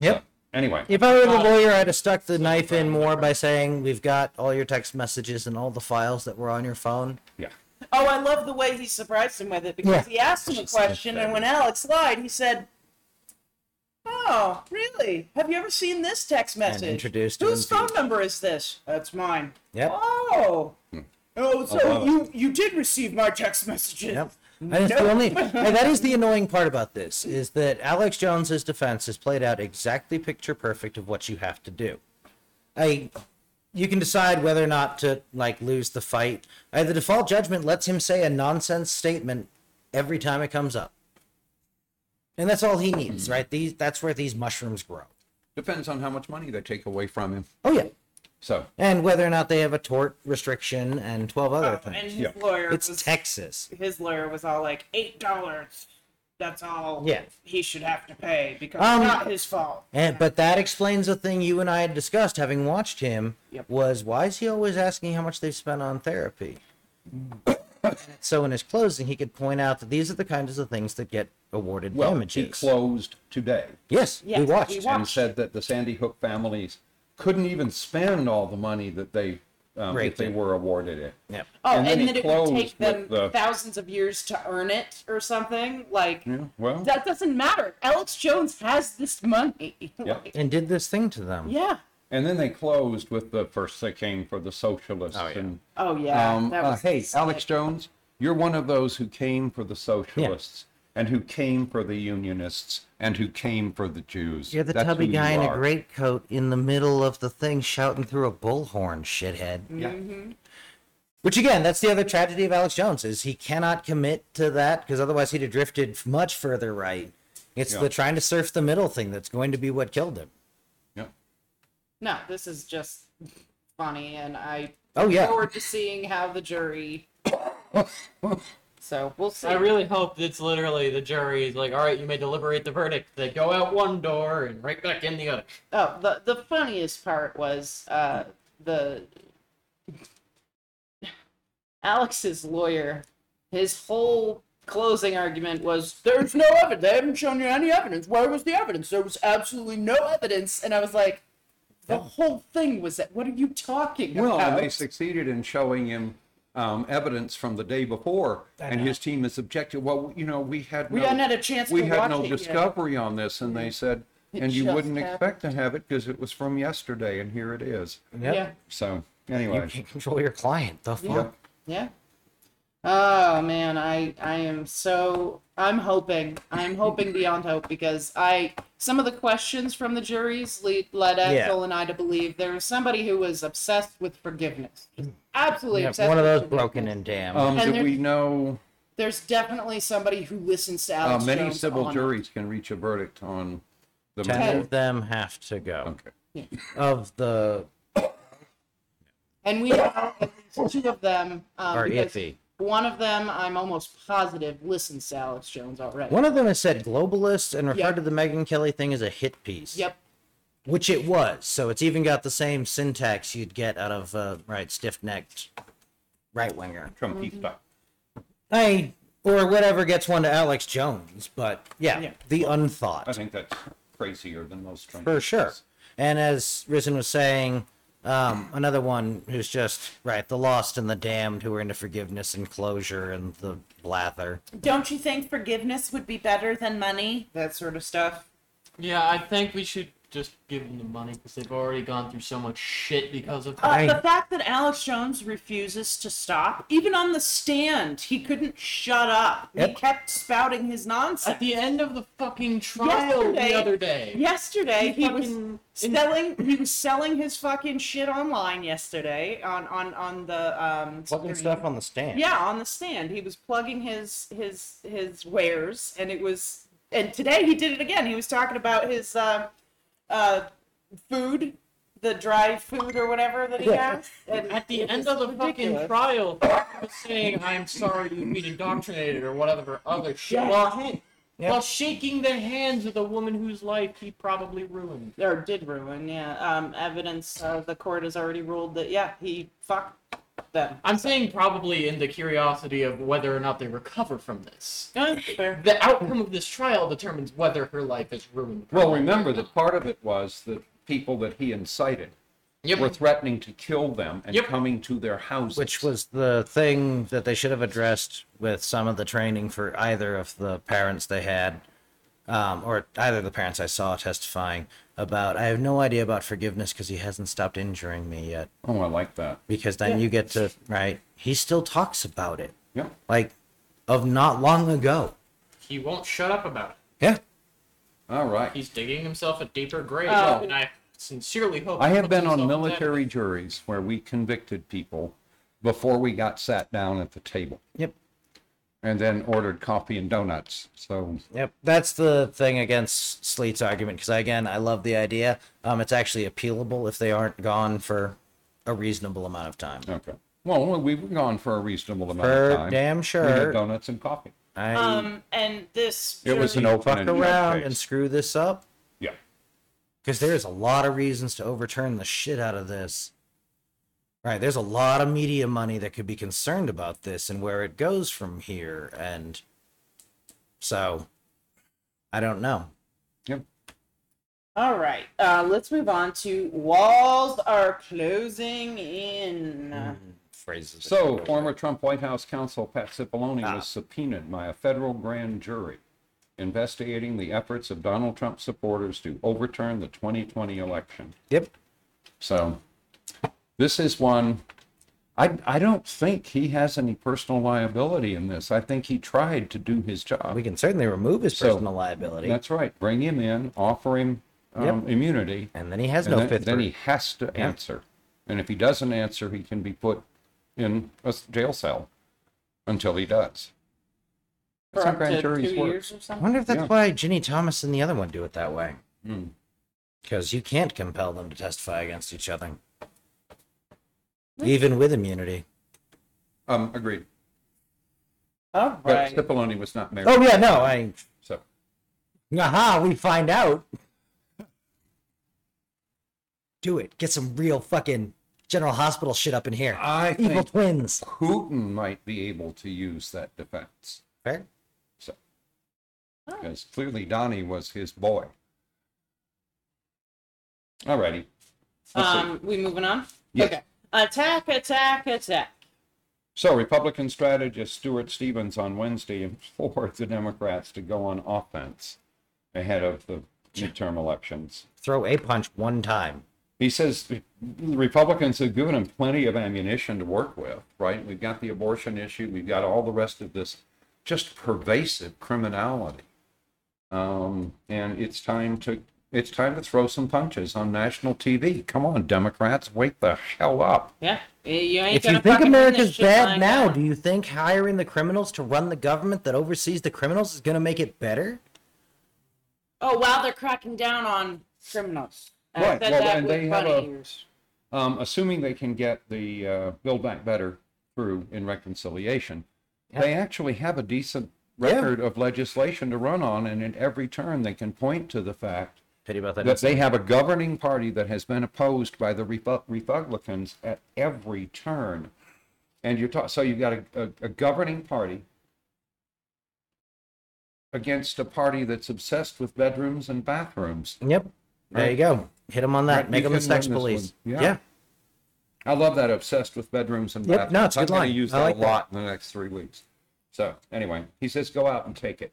[SPEAKER 2] Yep.
[SPEAKER 5] Anyway,
[SPEAKER 2] If I were the lawyer, I'd have stuck the knife in more by saying, "We've got all your text messages and all the files that were on your phone."
[SPEAKER 5] yeah.
[SPEAKER 4] Oh, I love the way he surprised him with it because
[SPEAKER 2] Yeah.
[SPEAKER 4] he asked him a question, and when Alex lied, he said, "Oh, really? Have you ever seen this text message?
[SPEAKER 2] introduced him
[SPEAKER 4] Whose
[SPEAKER 2] to-
[SPEAKER 4] phone number is this? That's mine.
[SPEAKER 2] Yep. Hmm.
[SPEAKER 4] Oh, oh, so
[SPEAKER 5] love
[SPEAKER 4] you you did receive my text messages?
[SPEAKER 2] Yep. And it's the only, and that is the annoying part about this is that Alex Jones's defense is played out exactly picture perfect of what you have to do. I, you can decide whether or not to like lose the fight. I, the default judgment lets him say a nonsense statement every time it comes up, and that's all he needs, right? These that's where these mushrooms grow.
[SPEAKER 5] Depends on how much money they take away from him.
[SPEAKER 2] Oh yeah,
[SPEAKER 5] So,
[SPEAKER 2] and whether or not they have a tort restriction and twelve other
[SPEAKER 4] Oh, and
[SPEAKER 2] things.
[SPEAKER 4] his
[SPEAKER 5] Yeah.
[SPEAKER 4] lawyer
[SPEAKER 2] It's
[SPEAKER 4] was
[SPEAKER 2] Texas.
[SPEAKER 4] his lawyer was all like eight dollars. That's all
[SPEAKER 2] Yeah.
[SPEAKER 4] he should have to pay because
[SPEAKER 2] Um,
[SPEAKER 4] it's not his fault.
[SPEAKER 2] And but that explains the thing you and I had discussed, having watched him,
[SPEAKER 4] Yep.
[SPEAKER 2] was why is he always asking how much they've spent on therapy?
[SPEAKER 4] Mm.
[SPEAKER 2] so in his closing, he could point out that these are the kinds of things that get awarded
[SPEAKER 5] well, he
[SPEAKER 2] damages.
[SPEAKER 5] closed today
[SPEAKER 2] yes,
[SPEAKER 4] Yes,
[SPEAKER 2] we
[SPEAKER 4] we
[SPEAKER 2] watched.
[SPEAKER 4] watched.
[SPEAKER 5] and said that the Sandy Hook families couldn't even spend all the money that they um,
[SPEAKER 2] Right.
[SPEAKER 5] that they were awarded it.
[SPEAKER 2] Yep.
[SPEAKER 4] Oh,
[SPEAKER 5] And
[SPEAKER 4] and,
[SPEAKER 5] then he
[SPEAKER 4] that it would
[SPEAKER 5] closed
[SPEAKER 4] take them
[SPEAKER 5] with the-
[SPEAKER 4] thousands of years to earn it or something. Like
[SPEAKER 5] Yeah, well,
[SPEAKER 4] that doesn't matter. Alex Jones has this money.
[SPEAKER 5] Yep.
[SPEAKER 4] Like,
[SPEAKER 2] And did this thing to them.
[SPEAKER 4] yeah.
[SPEAKER 5] and then they closed with the first that came for the socialists
[SPEAKER 2] Oh, yeah.
[SPEAKER 5] and
[SPEAKER 4] Oh yeah.
[SPEAKER 5] um,
[SPEAKER 4] that
[SPEAKER 5] uh,
[SPEAKER 4] was
[SPEAKER 5] hey,
[SPEAKER 4] sick.
[SPEAKER 5] Alex Jones, you're one of those who came for the socialists and who came for the unionists and who came for the Jews.
[SPEAKER 2] You're the
[SPEAKER 5] That's
[SPEAKER 2] tubby
[SPEAKER 5] who
[SPEAKER 2] guy
[SPEAKER 5] you
[SPEAKER 2] in a
[SPEAKER 5] are.
[SPEAKER 2] greatcoat in the middle of the thing shouting through a bullhorn, shithead.
[SPEAKER 5] Yeah.
[SPEAKER 4] Mm-hmm.
[SPEAKER 2] Which again, that's the other tragedy of Alex Jones is he cannot commit to that because otherwise he'd have drifted much further right. It's
[SPEAKER 5] Yeah.
[SPEAKER 2] the trying to surf the middle thing that's going to be what killed him.
[SPEAKER 5] Yeah.
[SPEAKER 4] No, this is just funny, and I
[SPEAKER 2] Oh yeah,
[SPEAKER 4] forward to seeing how the jury. so we'll see.
[SPEAKER 3] I really hope it's literally the jury is like, all right, you may deliberate the verdict. They go out one door and right back in the other.
[SPEAKER 4] Oh, the the funniest part was uh, the Alex's lawyer. His whole closing argument was, "There's no evidence. They haven't shown you any evidence. Where was the evidence? There was absolutely no evidence." And I was like, "The whole thing was that. What are you talking
[SPEAKER 5] Well,
[SPEAKER 4] about?"
[SPEAKER 5] and they succeeded in showing him um, evidence from the day before, and his team is objected. Well, you know, we had
[SPEAKER 4] We
[SPEAKER 5] no,
[SPEAKER 4] hadn't had a chance
[SPEAKER 5] we
[SPEAKER 4] to
[SPEAKER 5] had
[SPEAKER 4] watch
[SPEAKER 5] no
[SPEAKER 4] it yet.
[SPEAKER 5] discovery on this, and they said, and you
[SPEAKER 4] Mm-hmm. just
[SPEAKER 5] wouldn't expect to have it because it was from yesterday, and here it is.
[SPEAKER 2] Yep.
[SPEAKER 4] Yeah,
[SPEAKER 5] So
[SPEAKER 2] you
[SPEAKER 5] anyway,
[SPEAKER 2] can control your client. The fuck.
[SPEAKER 5] Yep.
[SPEAKER 4] yeah. Oh man, I I am so I'm hoping I'm hoping beyond hope because I some of the questions from the juries lead, led
[SPEAKER 2] Yeah.
[SPEAKER 4] Axel and I to believe there was somebody who was obsessed with forgiveness, Just absolutely
[SPEAKER 2] Yeah,
[SPEAKER 4] obsessed.
[SPEAKER 2] one of
[SPEAKER 4] with
[SPEAKER 2] those broken
[SPEAKER 4] forgiveness.
[SPEAKER 2] and damned.
[SPEAKER 5] um,
[SPEAKER 4] And
[SPEAKER 5] do
[SPEAKER 4] there's-
[SPEAKER 5] we know?
[SPEAKER 4] There's definitely somebody who listens to
[SPEAKER 5] Uh,
[SPEAKER 4] Alex
[SPEAKER 5] many
[SPEAKER 4] Jones
[SPEAKER 5] civil
[SPEAKER 4] on-
[SPEAKER 5] juries can reach a verdict on the
[SPEAKER 2] Ten
[SPEAKER 5] murder.
[SPEAKER 2] of them have to go.
[SPEAKER 5] Okay.
[SPEAKER 2] Of the
[SPEAKER 4] and we know at least two of them um,
[SPEAKER 2] are
[SPEAKER 4] because
[SPEAKER 2] iffy.
[SPEAKER 4] One of them, I'm almost positive, listens to Alex Jones already.
[SPEAKER 2] One of them has said globalist and referred
[SPEAKER 4] Yep.
[SPEAKER 2] to the Megan Kelly thing as a hit piece.
[SPEAKER 4] Yep.
[SPEAKER 2] Which it was. So it's even got the same syntax you'd get out of uh, right stiff necked right winger.
[SPEAKER 4] Mm-hmm.
[SPEAKER 5] Trumpista.
[SPEAKER 2] I or whatever gets one to Alex Jones, but yeah,
[SPEAKER 4] Yeah.
[SPEAKER 2] the unthought.
[SPEAKER 5] I think that's crazier than most.
[SPEAKER 2] for
[SPEAKER 5] Trumpistas.
[SPEAKER 2] sure. And as Risen was saying, um, another one who's just right, the lost and the damned who are into forgiveness and closure and the blather.
[SPEAKER 4] Don't you think forgiveness would be better than money? That sort of stuff.
[SPEAKER 3] Yeah, I think we should just give them the money because they've already gone through so much shit because of
[SPEAKER 4] Uh,
[SPEAKER 2] I-
[SPEAKER 4] The fact that Alex Jones refuses to stop, even on the stand, he couldn't shut up. He
[SPEAKER 2] Yep.
[SPEAKER 4] kept spouting his nonsense.
[SPEAKER 3] At the end of the fucking trial
[SPEAKER 4] Yesterday-
[SPEAKER 3] the other day.
[SPEAKER 4] yesterday, he,
[SPEAKER 3] he
[SPEAKER 4] was
[SPEAKER 3] fucking-
[SPEAKER 4] selling. He was selling his fucking shit online yesterday on on on the um. screen.
[SPEAKER 2] Fucking stuff on the stand.
[SPEAKER 4] Yeah, on the stand, he was plugging his his his wares, and it was. And today he did it again. He was talking about his uh, uh, food, the dry food or whatever that he
[SPEAKER 2] Yeah.
[SPEAKER 4] has. And
[SPEAKER 3] At the
[SPEAKER 4] it was
[SPEAKER 3] end of the
[SPEAKER 4] ridiculous.
[SPEAKER 3] fucking trial, he was saying, I'm sorry you've been indoctrinated or whatever other shit. Well, hey,
[SPEAKER 2] Yeah.
[SPEAKER 3] while shaking the hands of the woman whose life he probably ruined.
[SPEAKER 4] or did ruin, yeah. Um, evidence uh, the court has already ruled that yeah, he fucked them.
[SPEAKER 3] I'm saying probably in the curiosity of whether or not they recover from this.
[SPEAKER 4] No, it's fair.
[SPEAKER 3] The outcome of this trial determines whether her life is ruined.
[SPEAKER 5] Well, remember that part of it was the people that he incited were
[SPEAKER 3] Yep.
[SPEAKER 5] threatening to kill them and
[SPEAKER 3] Yep.
[SPEAKER 5] coming to their houses.
[SPEAKER 2] Which was the thing that they should have addressed with some of the training for either of the parents they had, um, or either of the parents I saw testifying about. I have no idea about forgiveness because he hasn't stopped injuring me yet.
[SPEAKER 5] oh, I like that.
[SPEAKER 2] Because then you get to right. He still talks about it,
[SPEAKER 5] Yeah,
[SPEAKER 2] like of not long ago.
[SPEAKER 3] He won't shut up about it.
[SPEAKER 2] Yeah.
[SPEAKER 5] all right.
[SPEAKER 3] He's digging himself a deeper grave,
[SPEAKER 4] Oh.
[SPEAKER 3] and I sincerely hope.
[SPEAKER 5] I
[SPEAKER 3] he
[SPEAKER 5] have
[SPEAKER 3] puts
[SPEAKER 5] been on
[SPEAKER 3] himself in
[SPEAKER 5] military juries where we convicted people before we got sat down at the table
[SPEAKER 2] Yep.
[SPEAKER 5] and then ordered coffee and donuts. So
[SPEAKER 2] Yep, that's the thing against Sleet's argument because again, I love the idea. Um, it's actually appealable if they aren't gone for a reasonable amount of time.
[SPEAKER 5] okay. Well, we were gone for a reasonable amount
[SPEAKER 2] For
[SPEAKER 5] of time.
[SPEAKER 2] damn
[SPEAKER 5] We
[SPEAKER 2] sure.
[SPEAKER 5] had donuts and coffee.
[SPEAKER 2] I
[SPEAKER 4] Um, and this
[SPEAKER 5] It was an
[SPEAKER 4] jury-
[SPEAKER 5] open
[SPEAKER 2] fuck
[SPEAKER 5] ended
[SPEAKER 2] around
[SPEAKER 5] case.
[SPEAKER 2] and screw this up
[SPEAKER 5] Yeah.
[SPEAKER 2] because there's a lot of reasons to overturn the shit out of this. Right, there's a lot of media money that could be concerned about this and where it goes from here, and so I don't know.
[SPEAKER 5] Yep.
[SPEAKER 4] All right, uh, let's move on to walls are closing in.
[SPEAKER 2] Phrases.
[SPEAKER 5] So, former Trump White House counsel Pat Cipollone
[SPEAKER 2] Ah.
[SPEAKER 5] was subpoenaed by a federal grand jury investigating the efforts of Donald Trump supporters to overturn the 2020 election.
[SPEAKER 2] Yep.
[SPEAKER 5] So, this is one. I, I don't think he has any personal liability in this. I think he tried to do his
[SPEAKER 2] We
[SPEAKER 5] job.
[SPEAKER 2] can certainly remove his
[SPEAKER 5] So,
[SPEAKER 2] personal liability.
[SPEAKER 5] That's right. Bring him in, offer him um, immunity,
[SPEAKER 2] And then he has
[SPEAKER 5] and
[SPEAKER 2] no
[SPEAKER 5] then,
[SPEAKER 2] fifth.
[SPEAKER 5] then
[SPEAKER 2] per-
[SPEAKER 5] he has to answer. And if he doesn't answer, he can be put in a s- jail cell until he does.
[SPEAKER 4] for
[SPEAKER 5] That's how
[SPEAKER 4] up
[SPEAKER 5] grand
[SPEAKER 4] to
[SPEAKER 5] juries
[SPEAKER 4] two
[SPEAKER 5] work.
[SPEAKER 4] years or
[SPEAKER 2] I
[SPEAKER 4] something.
[SPEAKER 2] wonder if that's
[SPEAKER 5] Yeah.
[SPEAKER 2] why Ginny Thomas and the other one do it that way.
[SPEAKER 5] Hmm.
[SPEAKER 2] Because you can't compel them to testify against each other, even with immunity.
[SPEAKER 5] Um, agreed.
[SPEAKER 4] All
[SPEAKER 5] But
[SPEAKER 4] right.
[SPEAKER 5] Cipollone was not married,
[SPEAKER 2] Oh yeah, no, I.
[SPEAKER 5] so
[SPEAKER 2] Aha, we find out. Do it. Get some real fucking General Hospital shit up in here.
[SPEAKER 5] I
[SPEAKER 2] Evil
[SPEAKER 5] think
[SPEAKER 2] twins.
[SPEAKER 5] Putin might be able to use that defense.
[SPEAKER 2] Fair.
[SPEAKER 5] So, because clearly Donnie was his boy. Alrighty. Let's see.
[SPEAKER 4] Um, we moving on.
[SPEAKER 5] Yeah.
[SPEAKER 4] Okay. Attack! Attack! Attack!
[SPEAKER 5] So, Republican strategist Stuart Stevens on Wednesday implored the Democrats to go on offense ahead of the midterm elections.
[SPEAKER 2] Throw a punch one time.
[SPEAKER 5] He says the Republicans have given him plenty of ammunition to work with, right? We've got the abortion issue, we've got all the rest of this just pervasive criminality. Um, and it's time to it's time to throw some punches on national TV. Come on, Democrats, wake the hell up.
[SPEAKER 4] Yeah, you ain't
[SPEAKER 2] If you
[SPEAKER 4] gonna
[SPEAKER 2] think
[SPEAKER 4] fucking win
[SPEAKER 2] America's
[SPEAKER 4] this shit
[SPEAKER 2] bad
[SPEAKER 4] lying
[SPEAKER 2] now,
[SPEAKER 4] down.
[SPEAKER 2] do you think hiring the criminals to run the government that oversees the criminals is going to make it better?
[SPEAKER 4] Oh, wow, they're cracking down on criminals. I
[SPEAKER 5] Right,
[SPEAKER 4] said
[SPEAKER 5] well,
[SPEAKER 4] that
[SPEAKER 5] and
[SPEAKER 4] with
[SPEAKER 5] they have
[SPEAKER 4] bunny
[SPEAKER 5] a-
[SPEAKER 4] ears.
[SPEAKER 5] Um, assuming they can get the uh, Build Back Better through in reconciliation, they actually have a decent record of legislation to run on, and at every turn they can point to the fact
[SPEAKER 2] Pity about that.
[SPEAKER 5] that they have a governing party that has been opposed by the Repu- Republicans at every turn. And you're ta- so you've got a, a, a governing party against a party that's obsessed with bedrooms and bathrooms.
[SPEAKER 2] Yep. There
[SPEAKER 5] Right.
[SPEAKER 2] you go. Hit him on
[SPEAKER 5] Right,
[SPEAKER 2] that.
[SPEAKER 5] you
[SPEAKER 2] Make him the
[SPEAKER 5] can
[SPEAKER 2] sex
[SPEAKER 5] win this
[SPEAKER 2] police.
[SPEAKER 5] one.
[SPEAKER 2] Yeah.
[SPEAKER 5] Yeah. I love that obsessed with bedrooms and
[SPEAKER 2] Yep,
[SPEAKER 5] bathrooms.
[SPEAKER 2] no, it's a good
[SPEAKER 5] I'm going
[SPEAKER 2] line.
[SPEAKER 5] to use
[SPEAKER 2] I
[SPEAKER 5] that
[SPEAKER 2] like
[SPEAKER 5] a
[SPEAKER 2] that.
[SPEAKER 5] lot in the next three weeks. So anyway, he says go out and take it.